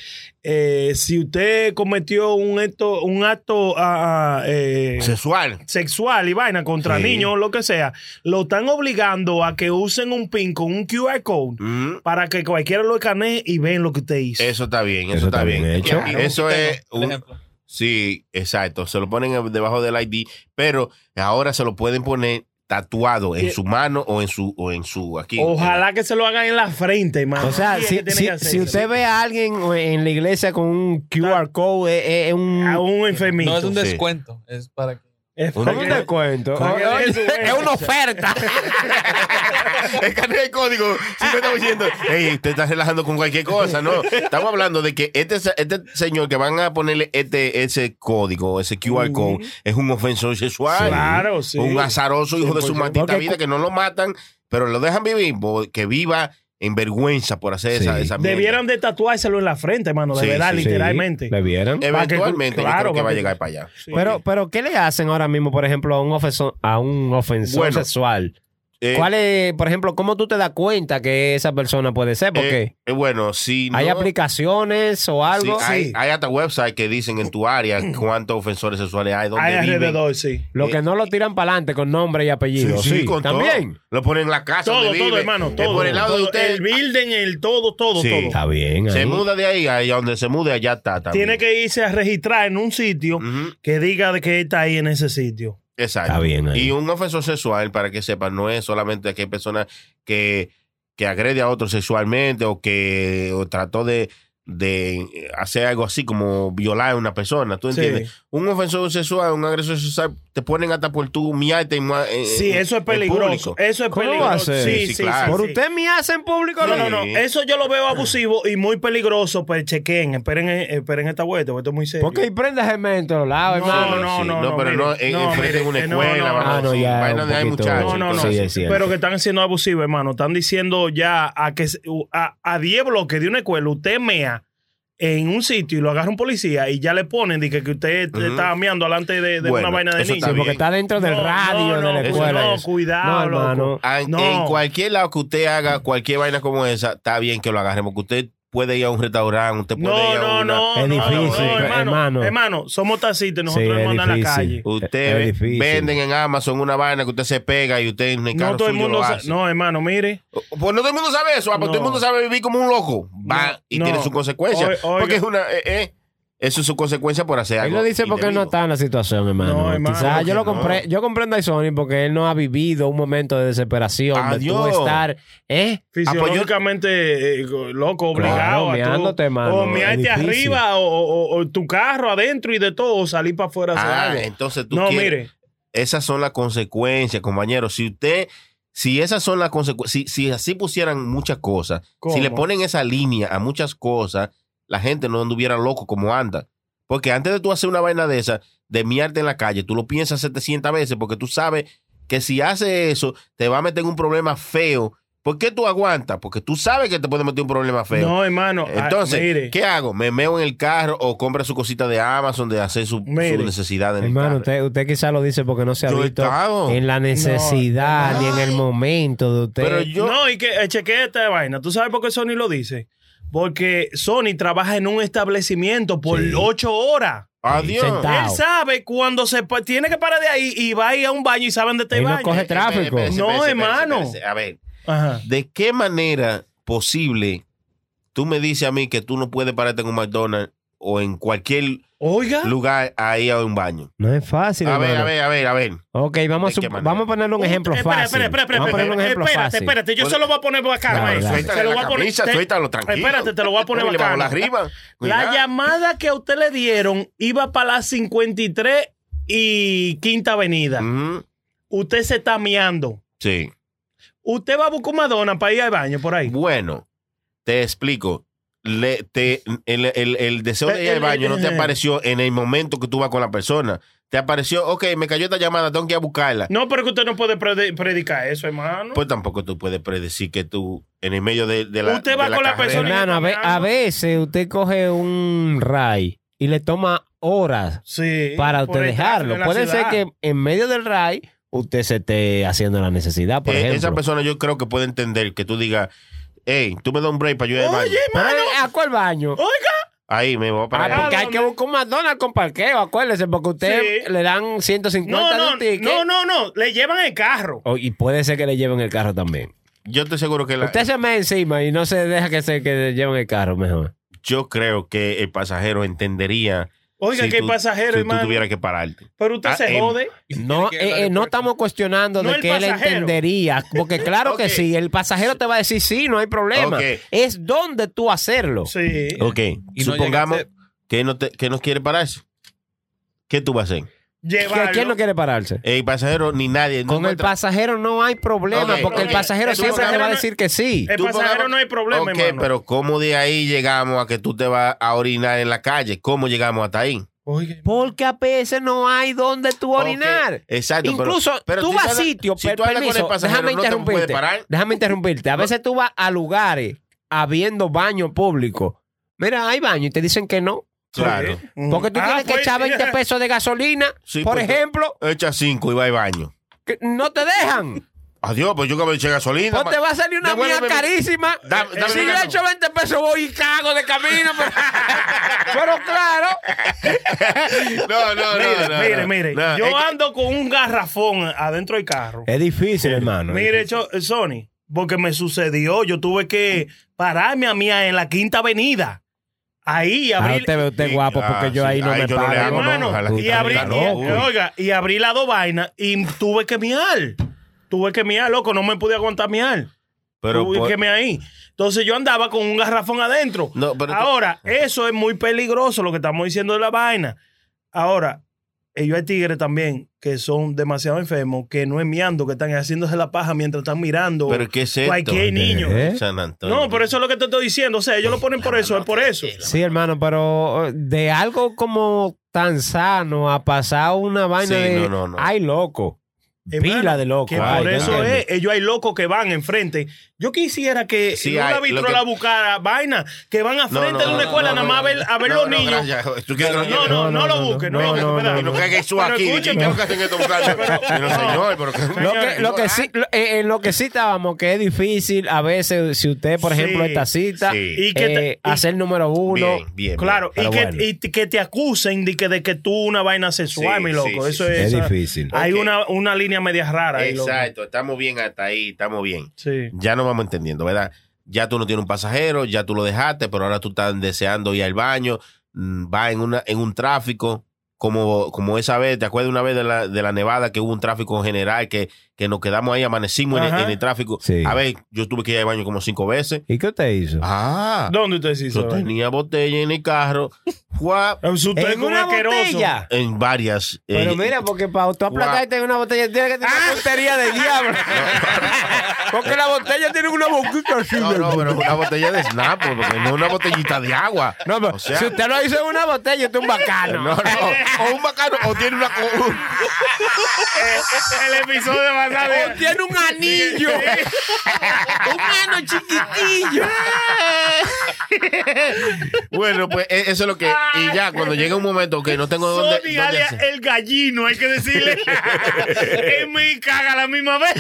D: Eh, si usted cometió un acto, un acto ah, ah, eh,
H: Sexual.
D: sexual y vaina contra
H: Sí.
D: niños o lo que sea, lo están obligando a que usen un pin con un QR code
H: Mm,
D: para que cualquiera lo escanee y vean lo que usted hizo.
H: Eso está bien, eso,
G: Eso
H: está
G: está
H: bien.
G: bien hecho.
H: Y Eso es
K: Por
H: un-
K: ejemplo.
H: Sí, exacto. Se lo ponen debajo del ID, pero ahora se lo pueden poner tatuado en su mano o en su o en su aquí.
D: Ojalá que se lo hagan en la frente, hermano.
G: O sea,
D: Así es
G: si,
D: que tiene
G: si-
D: que hacer
G: si
D: eso.
G: usted ve a alguien en la iglesia con un QR code, es es un.
D: a un enfermito.
K: No es un
H: Sí.
K: descuento, es para que.
D: Es
H: ¿Cómo
G: ¿Cómo
D: porque-
G: te cuento?
D: Para que deje su
G: Es una oferta.
H: Escanea el código. Si me está oyendo. Ey, te estás relajando con cualquier cosa, ¿no? Estamos hablando de que este, este señor que van a ponerle este, ese código, ese QR code, es un ofensor sexual.
D: Claro, sí. pues,
H: Un azaroso hijo de su maldita
G: Porque-
H: vida que no lo matan, pero lo dejan vivir, bo- que viva en vergüenza por hacer esa,
G: Sí.
H: esa mierda.
D: Debieran de tatuárselo en la frente, hermano, de
H: Sí,
D: verdad,
H: sí, sí.
D: literalmente.
G: ¿Le vieron?
H: Eventualmente, yo creo
D: Para que- claro,
H: que va a
D: para que-
H: llegar para allá.
G: Eh, Pero, pero, ¿qué le hacen ahora mismo, por ejemplo, a un ofensor, a un ofensor
H: Bueno.
G: sexual?
H: Eh,
G: ¿Cuál es, por ejemplo, cómo tú te das cuenta que esa persona puede ser? Porque
H: eh, eh, bueno, si
G: hay
H: no-
G: aplicaciones o algo.
H: sí, Hay, hay hasta websites que dicen en tu área cuántos ofensores sexuales hay, dónde
D: Hay
H: viven.
D: alrededor, sí.
G: Lo
H: eh,
G: que no lo tiran para adelante con nombre y apellido. Sí,
H: con todo.
G: también.
H: Lo ponen en la casa.
D: Todo,
H: donde
D: todo,
H: vive.
D: hermano,
H: Eh,
D: todo.
H: por el lado de
D: Todo,
H: usted.
D: El building, el todo, todo,
H: Sí.
D: todo.
G: Está bien.
H: se
G: ahí.
H: muda de ahí, allá donde se mude, allá está. También.
D: Tiene que irse a registrar en un sitio
H: Ujú,
D: que diga de que está ahí en ese sitio.
H: Exacto.
G: Está bien. ahí.
H: Y un ofensor sexual, para que sepan, no es solamente que hay personas que, que agrede a otro sexualmente o que o trató de, de hacer algo así como violar a una persona. ¿Tú
D: Sí.
H: entiendes? Un ofensor sexual, un agresor sexual, te ponen hasta por tu miarte. en ma- en-
D: Sí, eso es
H: eh, en público.
D: peligroso. Eso es
G: ¿Cómo
D: peligroso.
G: va a ser?
H: Sí,
D: Sí, sí,
H: claro.
D: sí,
G: Por
D: sí.
G: usted me hace en público.
D: No,
G: No,
D: no, no.
H: Sí. Ah.
D: Eso yo lo veo abusivo y muy peligroso. Pero chequen, esperen, eh, esperen esta vuelta, porque esto es muy serio.
G: Porque hay prendas gemelas en todos lados, hermano.
D: No, no,
H: Sí,
D: no, no,
H: pero no,
D: mire,
H: en,
D: no,
H: enfrente de
D: mire,
H: una
D: eh, no,
H: escuela,
D: no,
H: vamos
D: no,
H: a
G: Ah, no,
H: decir,
G: ya, un
H: vaina de hay
G: poquito,
H: muchachos.
D: No, no, no.
H: cosas
G: Sí,
H: así.
G: es cierto.
D: pero que están siendo abusivos, hermano. Están diciendo ya a que se- a, a 10 bloques de una escuela usted mea en un sitio y lo agarra un policía y ya le ponen de que, que usted
H: Ujú.
D: está meando delante de, de
H: Bueno,
D: una vaina de
H: eso
D: niño.
H: está
G: Sí,
H: bien.
G: porque está dentro del
D: No,
G: radio
D: no,
G: de
D: no,
G: la escuela.
D: no,
G: eso.
D: cuidado,
G: No, hermano.
D: loco.
H: Ah, En,
D: No.
H: en cualquier lado que usted haga cualquier vaina como esa, está bien que lo agarren, porque usted puede ir a un restaurante, usted puede
D: No,
H: ir a
D: no,
H: una...
D: no.
G: Es
D: no,
G: difícil,
D: no, hermano, hermano.
G: hermano.
D: somos taxistas y nosotros
G: Sí, es
D: hemos andado en la
G: difícil.
D: calle.
H: Usted
G: Es
H: ve-
G: difícil.
H: venden en Amazon una vaina que usted se pega y usted en el carro
D: No todo el
H: suyo
D: mundo
H: lo
D: sa-
H: hace.
D: No, hermano, mire.
H: O- Pues no todo el mundo sabe eso, ah, pues
D: No.
H: todo el mundo sabe vivir como un loco. Va
D: No,
H: y
D: no.
H: tiene sus consecuencias.
D: Oi- oiga.
H: porque es una... eh, eh, Eso es su consecuencia por hacer
G: Él
H: algo.
G: lo dice porque él no
H: indebido.
G: está en la situación, hermano.
D: No, hermano,
G: Quizás yo lo
H: que
G: compré, yo comprendo a Sony porque él no ha vivido un momento de desesperación, de tú
H: Adiós.
G: estar, ¿eh?
D: Pues
H: Ah, pues
D: Fisiológicamente, eh, loco,
G: Claro,
D: obligado. a tú-
G: meándote, mano,
D: o
G: es
D: mearte
G: difícil.
D: arriba, o, o- o tu carro adentro y de todo, o salir para afuera. a hacer
H: Ah,
D: algo.
H: entonces tú
D: No,
H: quieres-
D: mire.
H: Esas son las consecuencias, compañero. Si usted, si esas son las consecuencias, si, si así pusieran muchas cosas,
D: ¿Cómo?
H: si le ponen esa línea a muchas cosas, la gente no anduviera loco como anda. Porque antes de tú hacer una vaina de esa, de miarte en la calle, tú lo piensas 700 veces porque tú sabes que si hace eso, te va a meter en un problema feo. ¿Por qué tú aguantas? Porque tú sabes que te puede meter un problema feo.
D: No, hermano. ah,
H: Entonces,
D: mire.
H: ¿qué hago? ¿Me meo en el carro o compra su cosita de Amazon de hacer su, su
D: Mire.
H: necesidad en el
G: Hermano,
H: carro?
G: usted, usted quizás lo dice porque no se ha
H: Yo he
G: visto
H: estado.
G: en la necesidad
D: No,
G: ni en el momento de usted.
H: Pero yo,
D: No, y que eh, chequea esta vaina. ¿Tú sabes por qué Sony lo dice? Porque Sony trabaja en un establecimiento por ocho horas.
H: adiós.
G: sentado. Wow.
D: Él sabe cuando se pa- tiene que parar de ahí y va a ir a un baño y saben dónde te
G: Él no
D: baño.
G: coge tra-
H: Espérese,
G: Tráfico.
H: espérese,
D: No,
H: espérese,
D: hermano.
H: espérese. A ver,
D: Ajá.
H: ¿de qué manera posible tú me dices a mí que tú no puedes pararte en un McDonald's o en cualquier
D: Oiga.
H: lugar ahí a un baño?
G: no es fácil,
H: A ver,
G: hermano.
H: a ver, a ver, a ver.
G: Ok, vamos a,
H: ¿De qué
G: sup-
H: manera?
G: vamos a ponerle un ejemplo
D: espera,
G: fácil.
D: espera, espera, espera,
G: vamos a ponerle un
D: espera,
G: ejemplo
D: espérate,
G: fácil.
D: espérate, yo se lo voy a poner bacano.
G: Dale,
D: eh.
G: dale.
D: Se
H: Suéltale
D: lo
H: la
D: voy a poner.
H: camisa,
D: te-
H: suéltalo tranquilo.
D: Espérate, te lo voy a poner
H: Dale, bajo
D: bacano.
H: la arriba.
D: La
H: Cuidado.
D: llamada que a usted le dieron iba para la 53 y Quinta Avenida.
H: Ujú,
D: Usted se está miando.
H: Sí.
D: Usted va a buscar una dona para ir al baño por ahí.
H: Bueno, te explico. Le- te- el, el- el deseo
D: Te-
H: de ir al
D: el-
H: baño no te
D: el-
H: apareció en el momento que tú vas con la persona. Te apareció, ok, me cayó esta llamada, tengo que ir a buscarla.
D: No, pero que usted no puede predi- predicar eso, hermano.
H: Pues tampoco tú puedes predecir que tú, en el medio de, de la.
D: Usted
H: de
D: va con
H: carrera-
D: la persona-
G: Hermano, a, ve-
D: caminando.
G: a veces usted coge un ray y le toma horas
D: sí.
G: para
D: por
G: usted
D: el tráfico en
G: dejarlo.
D: la
G: Puede ser
D: ciudad.
G: que en medio del ray usted se esté haciendo la necesidad, por
H: Eh,
G: ejemplo.
H: esa persona yo creo que puede entender que tú digas, hey, tú me das un break para yo ir al baño.
D: Oye,
G: Pero, eh,
D: hermano.
G: ¿A cuál baño?
H: Oh,
D: Oiga.
H: Ahí me voy a
G: Ah,
H: parar.
G: porque hay que buscar un McDonald's con parqueo, acuérdese, porque usted
D: Sí.
G: le dan 150
D: No,
G: de
D: no,
G: un ticket.
D: no, no, no. Le llevan el carro.
G: O- y puede ser que le lleven el carro también.
H: Yo te aseguro que la-
G: Usted se me encima y no se deja que se que le lleven el carro mejor.
H: yo creo que el pasajero entendería.
D: Oiga,
H: si
D: que
H: tú-
D: pasajero,
H: si
D: hermano.
H: tú tuvieras que pararte.
D: Pero usted
H: Ah,
D: se
H: em.
D: jode.
G: No,
K: Tiene que ir al
G: eh, eh, no
K: aeropuerto.
G: estamos cuestionando
D: No
G: de
D: el
G: que él
D: pasajero.
G: entendería, porque claro que
H: Ok.
G: sí, el pasajero te va a decir sí, no hay problema.
H: Ok.
G: Es donde tú hacerlo.
D: Sí.
H: Ok,
K: Y no
H: supongamos
K: llegaste-
H: que, no te- que no quiere pararse. ¿Qué tú vas a hacer?
G: ¿Que-
D: Llevarlo.
G: ¿Quién no quiere pararse?
H: El pasajero ni nadie. no
G: Con el
H: encuentra-
G: pasajero no hay problema,
H: Ok.
G: porque el
H: Ok.
G: pasajero
H: El
G: siempre te va a
D: pasajero no-
G: decir que sí.
D: El
H: Tú
D: pasajero
H: pongamos-
D: no hay problema,
H: Ok,
D: hermano.
H: pero ¿cómo de ahí llegamos a que tú te vas a orinar en la calle? ¿Cómo llegamos hasta ahí?
D: Oiga.
G: Porque a veces no hay donde tú orinar.
H: Ok, Exacto. pero-
G: Incluso
H: pero
G: tú
H: si
G: vas a
H: hablas-
G: sitios,
H: si
G: per-
H: tú hablas con el
G: permiso,
H: pasajero,
G: déjame
H: no te puede
G: interrumpirte.
H: parar.
G: Déjame interrumpirte. A veces tú vas a lugares habiendo baño público. Mira, hay baño y te dicen que no.
H: Claro.
G: Porque tú
D: Ah,
G: tienes que
D: pues,
G: echar 20 pesos de gasolina,
H: Sí,
G: por
H: pues,
G: ejemplo,
H: Echa cinco y va al baño.
G: que no te dejan.
H: Adiós, pues yo que me eché gasolina.
G: O te va a salir una mía
H: Devuélveme mi-
G: carísima. Eh,
H: Da- dame
G: si
H: mi
G: yo
H: mano.
G: echo 20 pesos, voy y cago de camino. pero- pero claro.
H: No, no, no.
D: Mire,
H: no,
D: mire,
H: no.
D: mire.
H: No,
D: Yo
H: es que- Eh,
D: ando con un garrafón adentro del carro.
G: Es difícil, hermano.
D: Mire, cho- eh, Sony, porque me sucedió, yo tuve que pararme a mí en la Quinta Avenida.
H: Ah,
D: Ahí
G: Ahora
D: abrí.
G: te veo Ah, usted
H: Sí,
G: guapo porque
H: ah,
G: yo
H: sí,
G: ahí no
H: ahí
G: me
H: yo no le
G: paro.
H: hago, no,
D: Hermano,
H: ojalá
D: y
H: tú
D: abrí,
H: estás loco.
D: y- oiga, y abrí la dos vainas y tuve que miar. Tuve que miar, loco, no me pude aguantar miar.
H: Pero
D: Uy,
H: por-
D: que me ahí. Entonces yo andaba con un garrafón adentro.
H: No, pero-
D: Ahora, eso es muy peligroso lo que estamos diciendo de la vaina. Ahora, ellos hay tigres también que son demasiado enfermos, que no es miando, que están haciéndose la paja mientras están mirando
H: ¿Pero qué es esto?
D: cualquier niño.
G: ¿Eh?
H: San Antonio.
D: No, pero eso es lo que te estoy diciendo. O sea, ellos lo ponen por eso, es por eso.
G: Sí, hermano, pero eh, de algo como tan sano a pasar una vaina
H: Sí,
G: de.
H: no, no, no.
G: Ay, loco.
D: Hermano,
G: Pila de loco.
D: Que
G: ay,
D: por
G: yo
D: eso
G: entiendo.
D: es, ellos hay locos que van enfrente. Yo quisiera que
H: Sí,
D: una
H: hay, lo que-
D: vitrola buscara vaina, que van a
H: No,
D: frente
H: no,
D: de
H: no,
D: una escuela
H: no,
D: nada
H: no,
D: más a ver, a ver los
H: no,
D: niños.
H: gracias. ¿Tú quieres que lo
D: No,
H: lleve?
D: no, no lo busque, no,
G: no,
D: espera.
G: no,
H: Y no caiga eso
D: Pero
H: aquí. ¿Y
D: escúcheme.
H: qué es lo que hacen estos muchachos? Pero, señor, pero que-
G: Lo que, lo que sí, lo- eh, en lo que sí estábamos, que es difícil a veces, si usted, por
D: Sí,
G: ejemplo, esta cita,
H: sí.
D: Y que te-
G: eh,
D: y-
G: hacer número uno.
H: Bien, bien.
D: Claro, y
G: Pero
D: que,
G: bueno.
D: y t- que te acusen de que, de que tú una vaina sexual,
H: Sí,
D: mi
H: sí,
D: loco.
H: sí,
D: eso
H: sí,
D: es. esa-
G: difícil.
D: Hay
H: Ok.
D: una, una línea media rara ahí, loco.
H: Exacto, estamos bien hasta ahí, estamos bien.
D: Sí.
H: Ya nos vamos entendiendo, ¿verdad? Ya tú no tienes un pasajero, ya tú lo dejaste, pero ahora tú estás deseando ir al baño. mm, va en, una, en un tráfico, como, como esa vez, ¿te acuerdas una vez de la, de la nevada que hubo un tráfico general que, que nos quedamos ahí, amanecimos en, el-
M: Ajá.
H: en el tráfico?
G: Sí.
H: A ver, yo tuve que ir al baño como cinco veces.
G: ¿Y qué usted hizo?
H: Ah,
M: ¿Dónde usted se hizo? Eh,
H: yo tenía botella en el carro. Guap,
M: Usted es un asqueroso.
H: en varias.
G: Pero
H: eh,
G: mira, porque para tú aplacarte en una botella tiene que tener una puntería de diablo. porque la botella tiene una boquita así.
H: No,
G: de-
H: no, pero una botella de snap, porque no una botellita de agua.
G: No, pero
H: o sea,
G: si usted lo hizo en una botella, usted es un bacano.
H: no, no. O un bacano, o tiene una. co- un-
M: El episodio de
G: O
M: Masabe.
G: tiene un anillo. un mano chiquitillo.
H: Bueno, pues e- eso es lo que. Y ya, cuando llega un momento que no tengo dónde.
M: Sony
H: dónde
M: alias
G: eh.
H: hacer-
M: el gallino, hay que decirle. es mi caga la misma vez.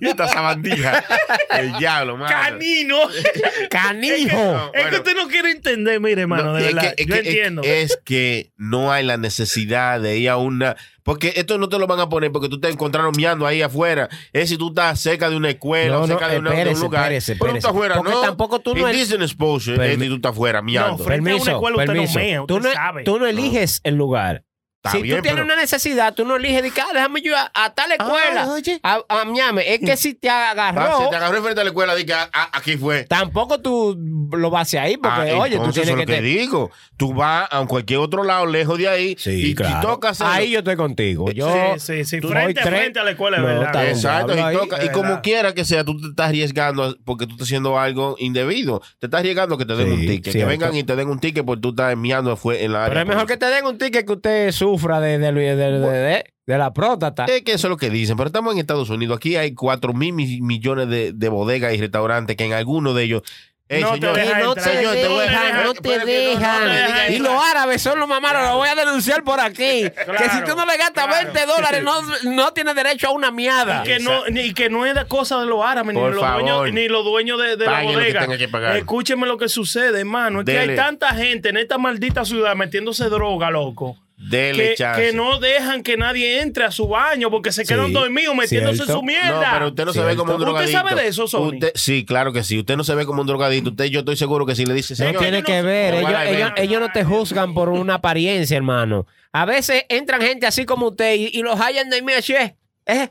H: Y esta sabandija. El diablo, mano.
M: Canino.
G: Canijo.
H: No,
M: Es que
H: bueno.
M: usted no quiere entender, mire, mano,
H: No,
M: de
H: es
M: verdad.
H: que- es
M: Yo
H: que- eh, es-
M: entiendo.
H: Es que no hay la necesidad de ir a una. Porque esto no te lo van a poner porque tú te encontraron miando ahí afuera. Es si tú estás cerca de una escuela
G: No,
H: o
G: no,
H: cerca de, una- de
G: espérese,
H: un lugar.
G: espérese,
H: Pero tú estás
G: espérese.
H: afuera,
G: Porque
H: ¿no?
G: tampoco tú no
H: It
G: el-
H: isn't exposure,
G: Permi-
H: es si tú estás afuera miando.
M: No, Fred, Frente a una escuela usted no mea,
G: tú,
M: usted
G: no,
M: sabe.
G: tú no eliges el lugar.
H: Está
G: si
H: bien,
G: tú tienes
H: pero-
G: una necesidad, tú no eliges, de que, ah, déjame yo a, a tal escuela. A, a miame. Es que si te
H: Ah,
G: agarró,
H: si te agarró enfrente de la escuela, di que ah, ah, aquí fue.
G: tampoco tú lo vas ahí, porque,
H: Ah,
G: oye, tú
H: entonces
G: tienes
H: eso
G: que,
H: es lo que
G: te-
H: digo. Tú vas a cualquier otro lado, lejos de ahí, y, y tocas algo.
G: Ahí yo estoy contigo. Yo
M: sí, sí, sí.
G: tú
M: Frente
G: doy
M: a
G: tres-
M: frente a la escuela, es
G: No,
M: verdad.
G: está bien,
H: Exacto,
G: diablo,
H: y,
G: ahí.
H: toca, y
M: de
H: como
M: verdad.
H: quiera que sea, tú te estás arriesgando a- porque tú estás haciendo algo indebido. Te estás arriesgando que te den
G: Sí,
H: un ticket.
G: cierto.
H: Que vengan y te den un ticket porque tú estás enviando fue en la área.
G: Pero es mejor que te den un ticket que usted sufra de, de, de, de- de- de la próstata.
H: Es que eso es lo que dicen, pero estamos en Estados Unidos. Aquí hay 4 mil mi- millones de, de bodegas y restaurantes que en alguno de ellos. Ey,
M: No te
H: señor,
M: dejan
H: señor,
M: entrar.
H: señor, ah, te voy a dejar-
M: no
H: espérame, no te dejan
G: Y
H: entrar.
G: los árabes son los mamaros, lo voy a denunciar por aquí. que si tú no le gastas
M: claro.
G: 20 dólares, no, no tienes derecho a una miada.
M: que no, ni- y que no es de cosa de los árabes, ni
H: Por
M: los,
H: favor.
M: dueños, ni los dueños de, de la
H: Paguen lo que
M: bodega.
H: tengan que pagar.
M: Escúcheme lo que sucede, hermano. Es que
H: Dele.
M: hay tanta gente en esta maldita ciudad metiéndose droga, loco.
H: Dele
M: Que,
H: chance.
M: que no dejan que nadie entre a su baño porque se quedan dormidos metiéndose en
G: cierto.
M: su mierda.
H: No, pero usted no se ve como un
M: ¿Usted
H: drogadicto.
M: sabe de eso, Sony?
H: Usted- sí, claro que sí. Usted no se ve como un drogadicto. Usted, yo estoy seguro que si le dice,
G: No
H: señor,
G: tiene que ver,
H: Igual
G: ellos,
H: hay
G: ellos-
H: veinte.
G: ellos no te juzgan por una apariencia, hermano. A veces entran gente así como usted y, y los hallan de mí así, ¿eh? ¿Eh?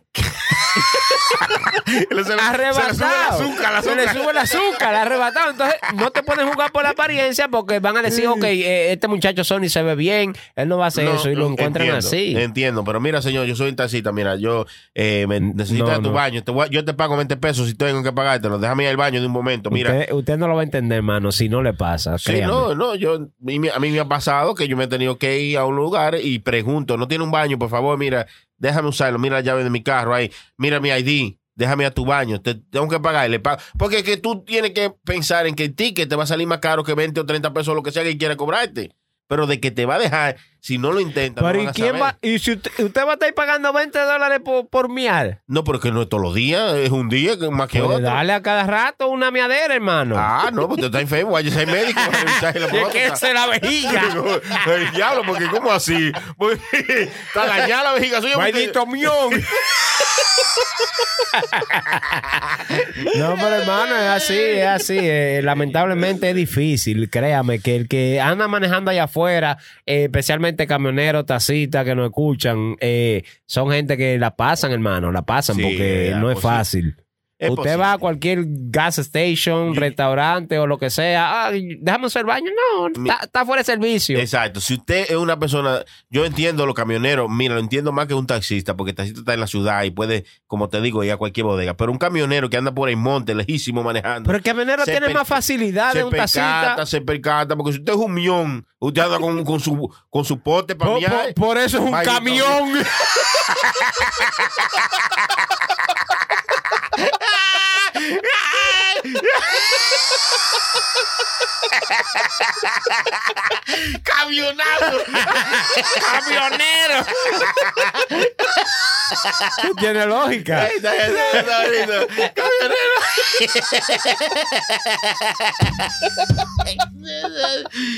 H: se le- se le sube el
G: arrebatado.
H: azúcar, el
G: Se le
H: azúcar.
G: sube el azúcar, arrebatado. Entonces, no te pueden jugar por la apariencia porque van a decir, ok, eh, este muchacho Sony se ve bien, él no va a hacer
H: No,
G: eso y lo
H: no,
G: encuentran
H: entiendo,
G: así.
H: Entiendo, pero mira, señor, yo soy un taxista. Mira, yo eh, me necesito
G: no,
H: de tu
G: no.
H: baño. Te voy a- yo te pago 20 pesos si tengo que pagártelo. Déjame ir al baño de un momento. Mira.
G: Usted, usted no lo va a entender, hermano, si no le pasa.
H: Sí,
G: créame.
H: no, no, yo, y me- a mí me ha pasado que yo me he tenido que ir a un lugar y pregunto, ¿no tiene un baño? Por favor, mira, déjame usarlo, mira la llave de mi carro ahí, mira mi ID, déjame a tu baño, te tengo que pagarle. pa- Porque es que tú tienes que pensar en que el ticket te va a salir más caro que 20 o 30 pesos, lo que sea que quiera cobrarte. Pero de que te va a dejar, si no lo intentas, no
G: Pero ¿y
H: van a
G: quién
H: saber.
G: va? ¿Y si usted, usted va a estar pagando 20 dólares por, por miar?
H: No, porque no es todos los días, es un día que- más que
G: Pues
H: otro.
G: dale a cada rato una miadera, hermano.
H: Ah, no, pues tú estás enfermo, vaya a ser médico. a revisar la
G: Si es que
H: próstata.
G: esa es la vejiga.
H: Digo, El diablo, porque ¿cómo así? Pues, Está dañada la vejiga suya. porque-
G: Maldito mión. No, pero hermano, es así, es así. Eh, lamentablemente es difícil, créame, que el que anda manejando allá afuera, eh, especialmente camioneros, tacitas que no escuchan, eh, son gente que la pasan, hermano, la pasan
H: Sí,
G: porque
H: ya,
G: no es
H: pues sí.
G: fácil.
H: Es
G: Usted
H: posible.
G: va a cualquier gas station, restaurante o lo que sea. Ay, déjame usar el baño. No, está, está fuera de servicio.
H: Exacto. Si usted es una persona, yo entiendo los camioneros, mira, lo entiendo más que un taxista, porque el taxista está en la ciudad y puede, como te digo, ir a cualquier bodega. Pero un camionero que anda por el monte, lejísimo manejando.
G: Pero el camionero
H: Se
G: tiene
H: per-
G: más facilidad de
H: se
G: un tacita.
H: percata, se percata, porque si usted es un mión, usted anda con, con su, con su pote para
G: Por,
H: miar.
G: por- por eso es un
H: Maldito
G: camión.
H: camionero.
G: ¡Camionero! Tiene lógica.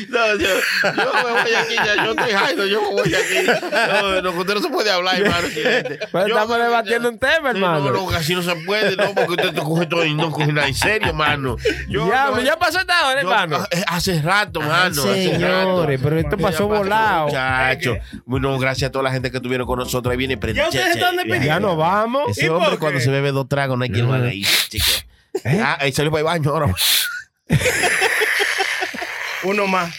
H: No, yo, yo me voy aquí ya, yo estoy jaino, yo me voy aquí. No, no, usted no se puede hablar, hermano. siguiente.
G: Pero
H: Yo-
G: Pues estamos debatiendo un tema,
H: Sí, No,
G: hermano.
H: no, así no se puede, no, porque usted te coge todo y no coge nada en serio, hermano. Yo-
G: Ya,
H: yo-
G: ya pasó esta hora,
H: yo-
G: hermano.
H: eh, Hace rato, hermano.
G: Señores, pero esto pasó volado.
H: Muchachos, bueno, gracias a toda la gente que estuvieron con nosotros. Ahí viene
D: Ya ustedes están despidiendo.
G: Ya nos vamos.
H: Ese
D: ¿Y por
H: hombre
D: qué?
H: cuando se bebe dos tragos no hay quien lo haga ahí, chicos. Ah, ahí salió para el baño ahora.
D: Uno más.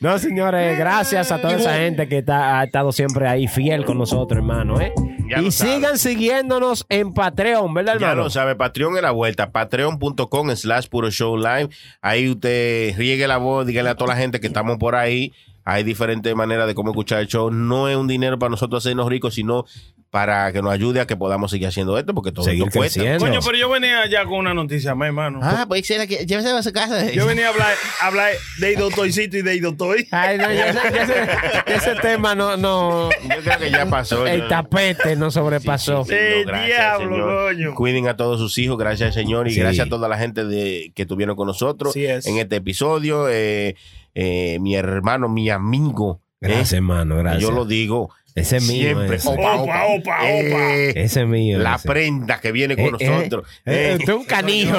G: No, señores, gracias a toda esa gente que está, ha estado siempre ahí fiel con nosotros, hermano. ¿eh?
H: Ya
G: Y
H: lo sabe.
G: sigan siguiéndonos en Patreon, ¿verdad,
H: Ya
G: hermano?
H: lo sabe, Patreon en la vuelta, patreon.com slash puro show live. Ahí usted riegue la voz, dígale a toda la gente que estamos por ahí. Hay diferentes maneras de cómo escuchar el show. No es un dinero para nosotros hacernos ricos, sino para que nos ayude a que podamos seguir haciendo esto, porque todo
G: Seguir
H: esto cuesta.
G: creciendo.
D: Coño, pero yo venía ya con una noticia más, hermano.
H: Ah, pues será que llévese a su casa.
D: Yo venía a hablar, a hablar de doctorcito y de doctor.
G: Ay, no, ya- ya- ya ese, ya ese tema no, no,
H: Yo creo que ya pasó.
G: el
H: Yo-
G: tapete no sobrepasó.
H: Sí, no,
D: Eh,
H: gracias,
D: diablo,
H: señor.
D: coño.
H: Cuiden a todos sus hijos, gracias Señor, y
G: Sí.
H: gracias a toda la gente de, que estuvieron con nosotros
D: Así es.
H: en este episodio. Eh, eh, mi hermano, mi amigo. eh,
G: hermano,
H: que Yo lo digo
G: Ese es mío,
H: siempre.
G: ese.
D: Opa, opa, opa.
H: Eh,
G: Ese es mío.
H: la
G: ese.
H: prenda que viene con
G: Eh, eh,
H: nosotros.
G: eh,
H: Eh,
G: usted es un canijo.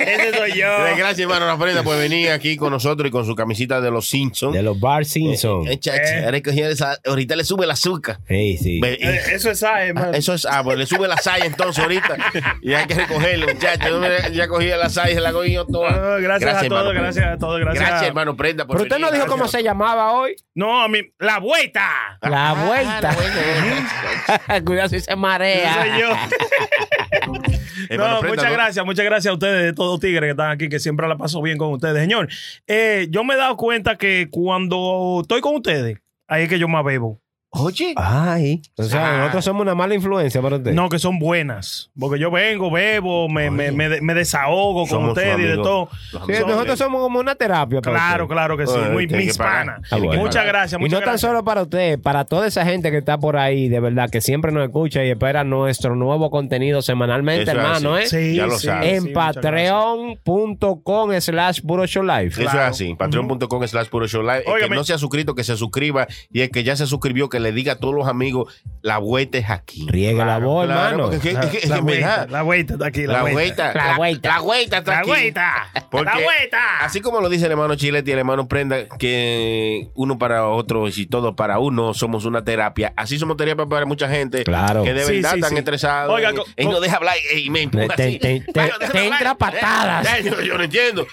D: Ese soy yo.
H: eh, gracias, hermano, la prenda por venir aquí con nosotros y con su camisita de los Simpsons.
G: De los Bar Simpson.
H: Eh, chacho, ahora que cogió esa- ahorita le sube el azúcar.
G: Sí, sí.
H: Ve-
D: Eh, Eso es A,
H: Ah,
D: hermano.
H: Eso es, ah, pues le sube la saya entonces ahorita y hay que recogerlo, muchachos. Yo me- Ya cogí la saya y se la cogí yo toda.
D: No, gracias, a
H: hermano,
D: todos,
H: Prenda.
D: gracias a todos, Ah, gracias.
H: Gracias, hermano Prenda. Por
G: Pero usted no
H: venir.
G: dijo cómo
H: Gracias.
G: se llamaba hoy.
D: No, a mí, la vuelta.
G: La
H: Ah,
G: vuelta.
H: la vuelta.
G: Cuidado si se
D: Eso
G: marea.
D: soy yo.
H: Hermano
D: no,
H: Prenda,
D: muchas
H: ¿no?
D: gracias, muchas gracias a ustedes, de todos los tigres que están aquí, que siempre la paso bien con ustedes. Señor, eh, yo me he dado cuenta que cuando estoy con ustedes, ahí es que yo más bebo.
H: Oye,
G: Ay. O sea,
H: Ah.
G: nosotros somos una mala influencia para usted.
D: No, que son buenas. Porque yo vengo, bebo, me, me, me, de- me desahogo con
H: Somos
D: ustedes
H: sus
D: y de
H: amigos.
D: todo.
G: Sí, nosotros somos como una terapia. para
D: Claro,
G: usted.
D: claro que sí.
H: Bueno,
D: Muy
H: tiene que
D: mis
H: pagar.
D: panas.
G: Ah, bueno.
D: Muchas gracias,
G: Y
D: muchas
G: no tan
D: gracias.
G: solo para usted, para toda esa gente que está por ahí, de verdad, que siempre nos escucha y espera nuestro nuevo contenido semanalmente,
H: Eso es
G: hermano, ¿eh?
H: así.
D: Sí,
H: Ya lo
D: sí,
H: sabes.
G: en
D: sí, muchas gracias.
G: patreon.com slash puro show live.
H: Eso es así, patreon.com slash puro show live. El que
D: Óigame.
H: no se ha suscrito, que se suscriba. Y el que ya se suscribió, que le diga a todos los amigos, la vuelta es aquí.
G: Riegue la voz,
H: Claro,
G: hermano.
H: porque es que- es que- es que,
D: La
H: en verdad,
D: vuelta, la vuelta está aquí,
H: La
D: la vuelta.
H: vuelta.
G: La vuelta.
H: La vuelta está
D: La
H: aquí.
D: vuelta.
H: Porque
D: La vuelta.
H: Así como lo dice el hermano Chilete y el hermano Prenda, que uno para otro y todo para uno somos una terapia. Así somos terapia para mucha gente
G: Claro.
H: que de
D: Sí,
H: verdad
D: sí,
H: están
D: sí.
H: estresados.
D: Oiga,
H: y-
D: co-
H: y no
D: co-
H: deja hablar eh, y y me empuja
G: Te-
H: así.
G: te- te-
H: Ay, no,
G: te
H: déjame
G: entra
H: hablar.
G: patadas.
H: Ay, yo, yo no entiendo.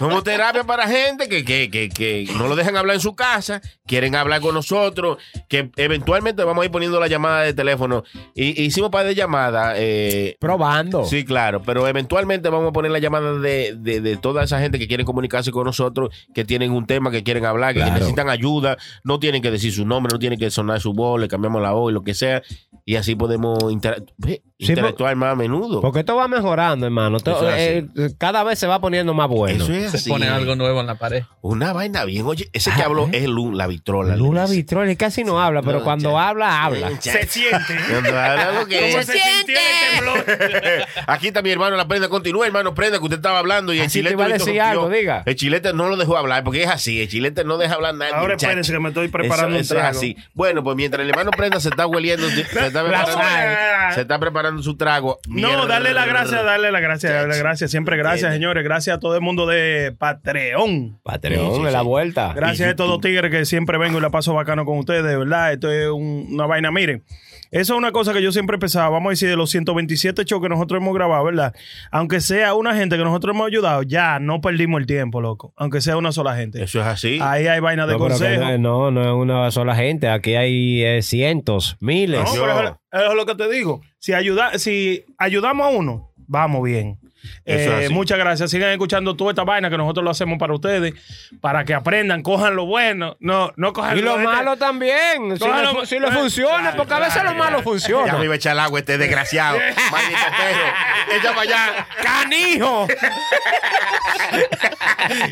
H: Somos terapia para gente que, que, que, que no lo dejan hablar en su casa, quieren hablar con nosotros, que eventualmente vamos a ir poniendo la llamada de teléfono. Y, hicimos par de llamadas. Eh,
G: Probando.
H: Sí, claro, pero eventualmente vamos a poner la llamada de, de, de toda esa gente que quiere comunicarse con nosotros, que tienen un tema, que quieren hablar, que
G: Claro.
H: necesitan ayuda, no tienen que decir su nombre, no tienen que sonar su voz, le cambiamos la voz, lo que sea, y así podemos intera- ve,
G: Sí,
H: interactuar más a menudo.
G: Porque esto va mejorando, hermano. Esto,
H: Eso es
G: eh, cada vez se va poniendo más bueno.
H: Eso es
K: Se
H: así.
K: pone algo nuevo en la pared.
H: Una vaina bien. Oye, ese que
G: Ah,
H: habló
G: ¿eh?
H: es Lu, la vitrola.
G: Lula
H: le dice.
G: Vitroli casi no habla, pero
H: No,
G: cuando
H: ya.
G: habla, habla.
H: Eh, ya.
D: Se siente.
H: Cuando habla lo que
D: ¿Cómo
H: es.
D: se sintió este el temblor?
H: Aquí está mi hermano La Prenda. Continúa, hermano Prenda, que usted estaba hablando y el
G: Así te
H: chilete
G: iba a
H: lo
G: decir
H: interrumpió.
G: algo, diga.
H: El chilete no lo dejó hablar porque es así. El chilete no deja hablar a nadie.
D: Ahora
H: muchacho.
D: espérense que me estoy preparando
H: Eso-
D: un
H: eso
D: trago.
H: es así. Bueno, pues mientras el hermano Prenda se está hueliendo, se está preparando,
D: sola.
H: se está preparando su trago.
D: No, darle la gracia, darle la gracia, darle la gracia. Siempre gracias,
H: Entiende.
D: señores. Gracias a todo el mundo de Patreon.
G: Patreón,
H: Sí, sí,
G: en la
H: sí.
G: vuelta.
D: Gracias
H: Y
D: a estos dos tigres que siempre vengo y la paso bacano con ustedes, de verdad. Esto es un- una vaina. Miren, eso es una cosa que yo siempre pensaba. Vamos a decir, de los 127 shows que nosotros hemos grabado, ¿verdad? Aunque sea una gente que nosotros hemos ayudado, ya no perdimos el tiempo, loco. Aunque sea una sola gente.
H: Eso es así.
D: Ahí hay vaina de
G: No, pero que
D: consejo.
G: no, no, no es una sola gente. Aquí hay eh, cientos, miles.
D: No,
H: Yo-
D: pero es, es lo que te digo. Si, ayuda, si ayudamos a uno, vamos bien.
H: Eso es
D: Eh,
H: así.
D: muchas gracias. Sigan escuchando toda esta vaina que nosotros lo hacemos para ustedes, para que aprendan, cojan lo bueno. No, no cojan
G: Y lo
D: este-
G: malo también. Si
D: Coja
G: le,
D: lo-
G: fu- si le
D: eh,
G: funciona,
D: claro,
G: porque a veces
D: claro,
G: lo malo
H: Ya me
G: funciona.
H: iba a echar el agua este desgraciado. Maldito perro. Echa para allá.
G: ¡Canijo!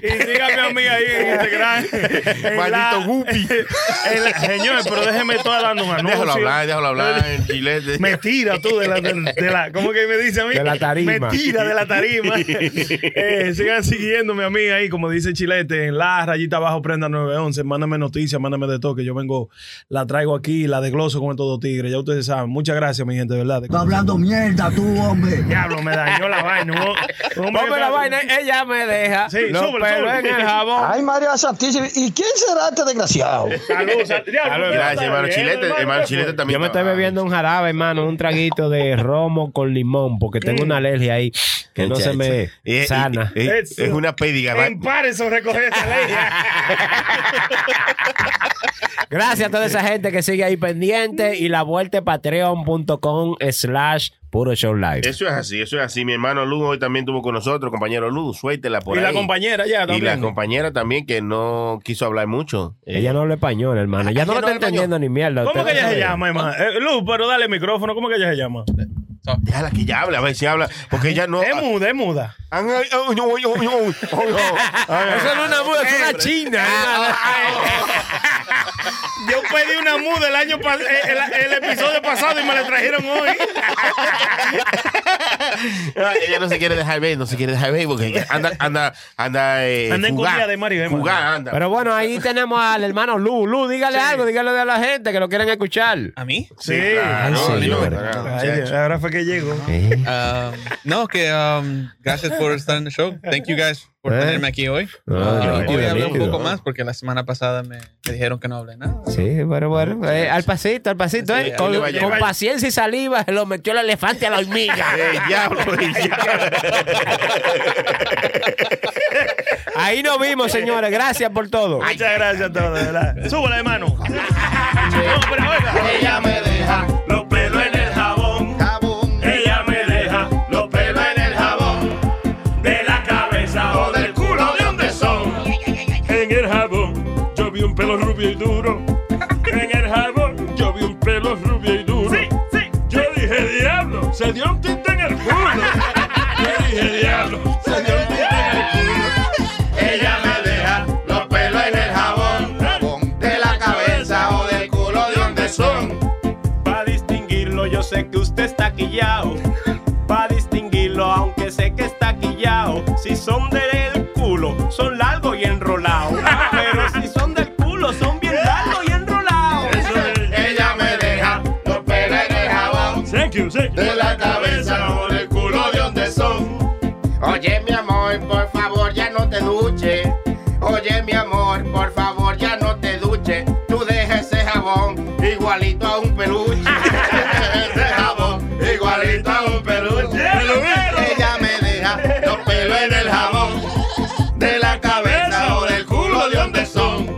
D: Y síganme a mí ahí en Instagram. En
H: Maldito
D: la-
H: guppy.
D: en la- Señores, pero déjeme todas las nuevas. no,
H: Déjalo
D: sí.
H: hablar, déjalo hablar. Gillette.
D: Me tira tú de la, de, de la. ¿Cómo que me dice a mí?
G: De la tarima.
D: Me tira de la tarima. Eh, sigan siguiéndome a mí ahí, como dice Chilete, en la rayita abajo, prenda 911. Mándame noticias, mándame de toque. Yo vengo, la traigo aquí, la desgloso con estos dos tigres. Ya ustedes saben. Muchas gracias, mi gente, de verdad.
C: Está hablando mierda tú, hombre.
D: Diablo, me dañó la vaina. Un hombre que
G: Ponme la
D: estaba-
G: vaina, ella me deja.
D: Sí,
G: los
D: súbelo,
G: pelos
D: súbelo.
G: en el
H: Ah,
G: jabón.
C: Ay, María Santísima. ¿Y quién será este desgraciado?
D: Salud, sal- Diablo, ¿qué
H: Gracias,
D: está
H: hermano
D: bien,
H: Chilete. Hermano Chilete también.
G: Yo me estoy
H: trabaja.
G: bebiendo un jarabe, hermano, un traguito de romo con limón, porque tengo una alergia ahí que no se me
H: Eh, eh,
G: sana.
H: eh, eh,
D: Eso.
H: es una pédiga. va-
D: En pares son recoger esa ley.
G: Gracias a toda esa gente que sigue ahí pendiente y la vuelta es patreon.com slash puro show live.
H: Eso es así, eso es así. Mi hermano Lu hoy también estuvo con nosotros, compañero Lu, suéltela por
D: Y
H: ahí.
D: la compañera ya
H: Y la
D: también.
H: compañera también que no quiso hablar mucho. Eh,
G: Ella no habla español, hermano. Ella
H: Ella
G: no lo
H: no
G: está
H: habla
G: entendiendo ni mierda.
D: ¿Cómo que
G: Usted no
D: ella se
G: sabe.
D: llama, hermano? Eh, Luz, pero dale el micrófono. ¿Cómo que ella se llama?
H: Déjala que ella hable, a ver si habla. Porque ella no.
D: Es muda, es muda.
H: Ah, ay, ay, no, ay, ay, ay, ay, ay.
G: Eso no es una muda, es una china.
D: Ah, Yo pedí una muda el año pas- el, el- el episodio pasado y me la trajeron hoy.
H: Ah, Ella no se quiere dejar ver, no se quiere dejar ver porque anda, anda, anda. Eh,
D: Anda en
H: fugaz.
D: comida de Mario, eh, man.
H: Fugaz, anda.
G: Pero bueno, ahí tenemos al hermano Lu. Lu, dígale algo, dígale a la gente que lo quieren escuchar.
K: ¿A mí?
D: Sí.
H: Claro,
G: Ay, señor.
H: claro,
D: Ay, Dios, ahora fue que llegó.
K: Um, no, que um, gracias por estar en el show. Thank you guys por
G: Eh.
K: tenerme aquí hoy.
G: Ah,
K: Uh,
G: qué
K: hoy hablé un
G: nítido.
K: poco más porque la semana pasada me, me dijeron que no hablé nada.
G: Sí, pero bueno, eh, al pasito, al pasito, eh.
K: Sí,
G: con,
H: ahí le va, ahí
G: con
H: le va.
G: paciencia y saliva se lo metió el elefante a la hormiga.
H: Eh, diablo, el diablo.
G: Ahí nos vimos, señores. Gracias por todo.
D: Muchas gracias a todos, de verdad. Súbala, hermano. No, pero oiga.
H: Ella me deja
D: Los pelos en el jabón.
H: jabón.
D: Ella me deja
H: Los pelos en el jabón
D: de la cabeza
H: o del culo de donde son.
D: En el jabón yo vi un pelo rubio y duro. En el jabón yo vi un pelo rubio y duro. Yo dije, diablo, se dio un tinte en el culo. Yo dije, diablo, se dio un tinte en el culo.
H: Ella me deja los pelos en el jabón. Jabón de la cabeza o del culo de donde son.
D: Para distinguirlo, yo sé que usted está quillao. Para distinguirlo, aunque sé que está quillao. Si son del culo, son largos y enrolados. Pero si son del culo, son bien largos y enrolados.
H: Ella me deja los pelos en el jabón.
D: Thank you, thank you.
H: De la cabeza o del culo de donde son. Oye, mi amor, por favor, ya no te duches. Oye, mi amor, por favor, ya no te duches. Tú dejes ese jabón igualito a un peluche. Deja ese jabón igualito a un peluche. Ella me deja los pelos en el jabón. De la cabeza o del culo de donde son.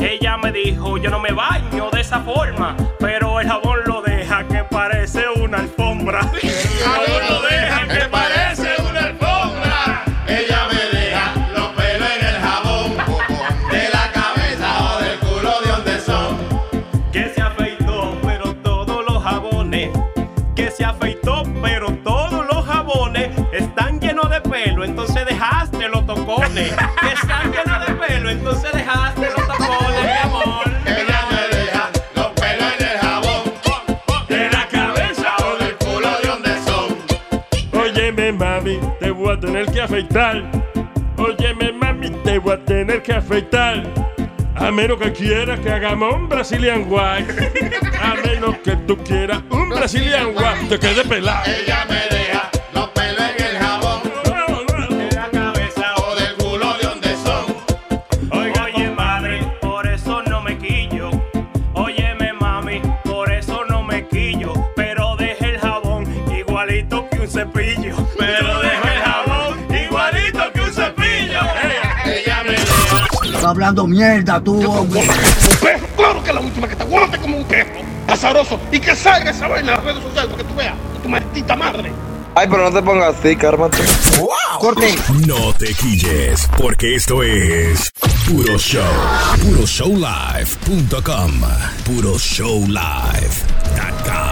D: Ella me dijo, yo no me baño de esa forma, pero el jabón lo deja que parece una alfombra. El jabón lo deja que parece una alfombra.
H: Ella me deja los pelos en el jabón. De la cabeza o del culo de donde son.
D: Que se afeitó, pero todos los jabones. Que se afeitó, pero todos los jabones están llenos de pelo, entonces dejaste los tocones. Que están llenos de pelo, entonces dejaste los tocones, mi amor.
H: Ella me deja los pelos en el jabón
D: De la cabeza o
H: Por el culo de donde son
D: Óyeme, mami, te voy a tener que afeitar. Óyeme, mami, te voy a tener que afeitar. A menos que quieras que hagamos un Brazilian White. A menos que tú quieras un Brazilian White. Te quede pelado.
H: Ella me deja los pelos en el jabón
D: De la cabeza
H: Por el culo de donde son
D: Oye, madre, por eso no me quillo. Óyeme, mami, por eso no me quillo. Pero deje el jabón igualito que un cepillo. Pero deje el jabón igualito que un cepillo.
H: Ella me deja
C: Está hablando mierda tú, hombre.
N: Un perro, claro que es la última que te guarde como un perro. Azaroso. Y que salga esa vaina en las redes sociales para que tú veas. Tu maldita madre.
O: Ay, pero no te pongas así, cármate.
A: ¡Wow! Corten. No te quilles, porque esto es Puro Show. PuroShowLive.com. PuroShowLive.com.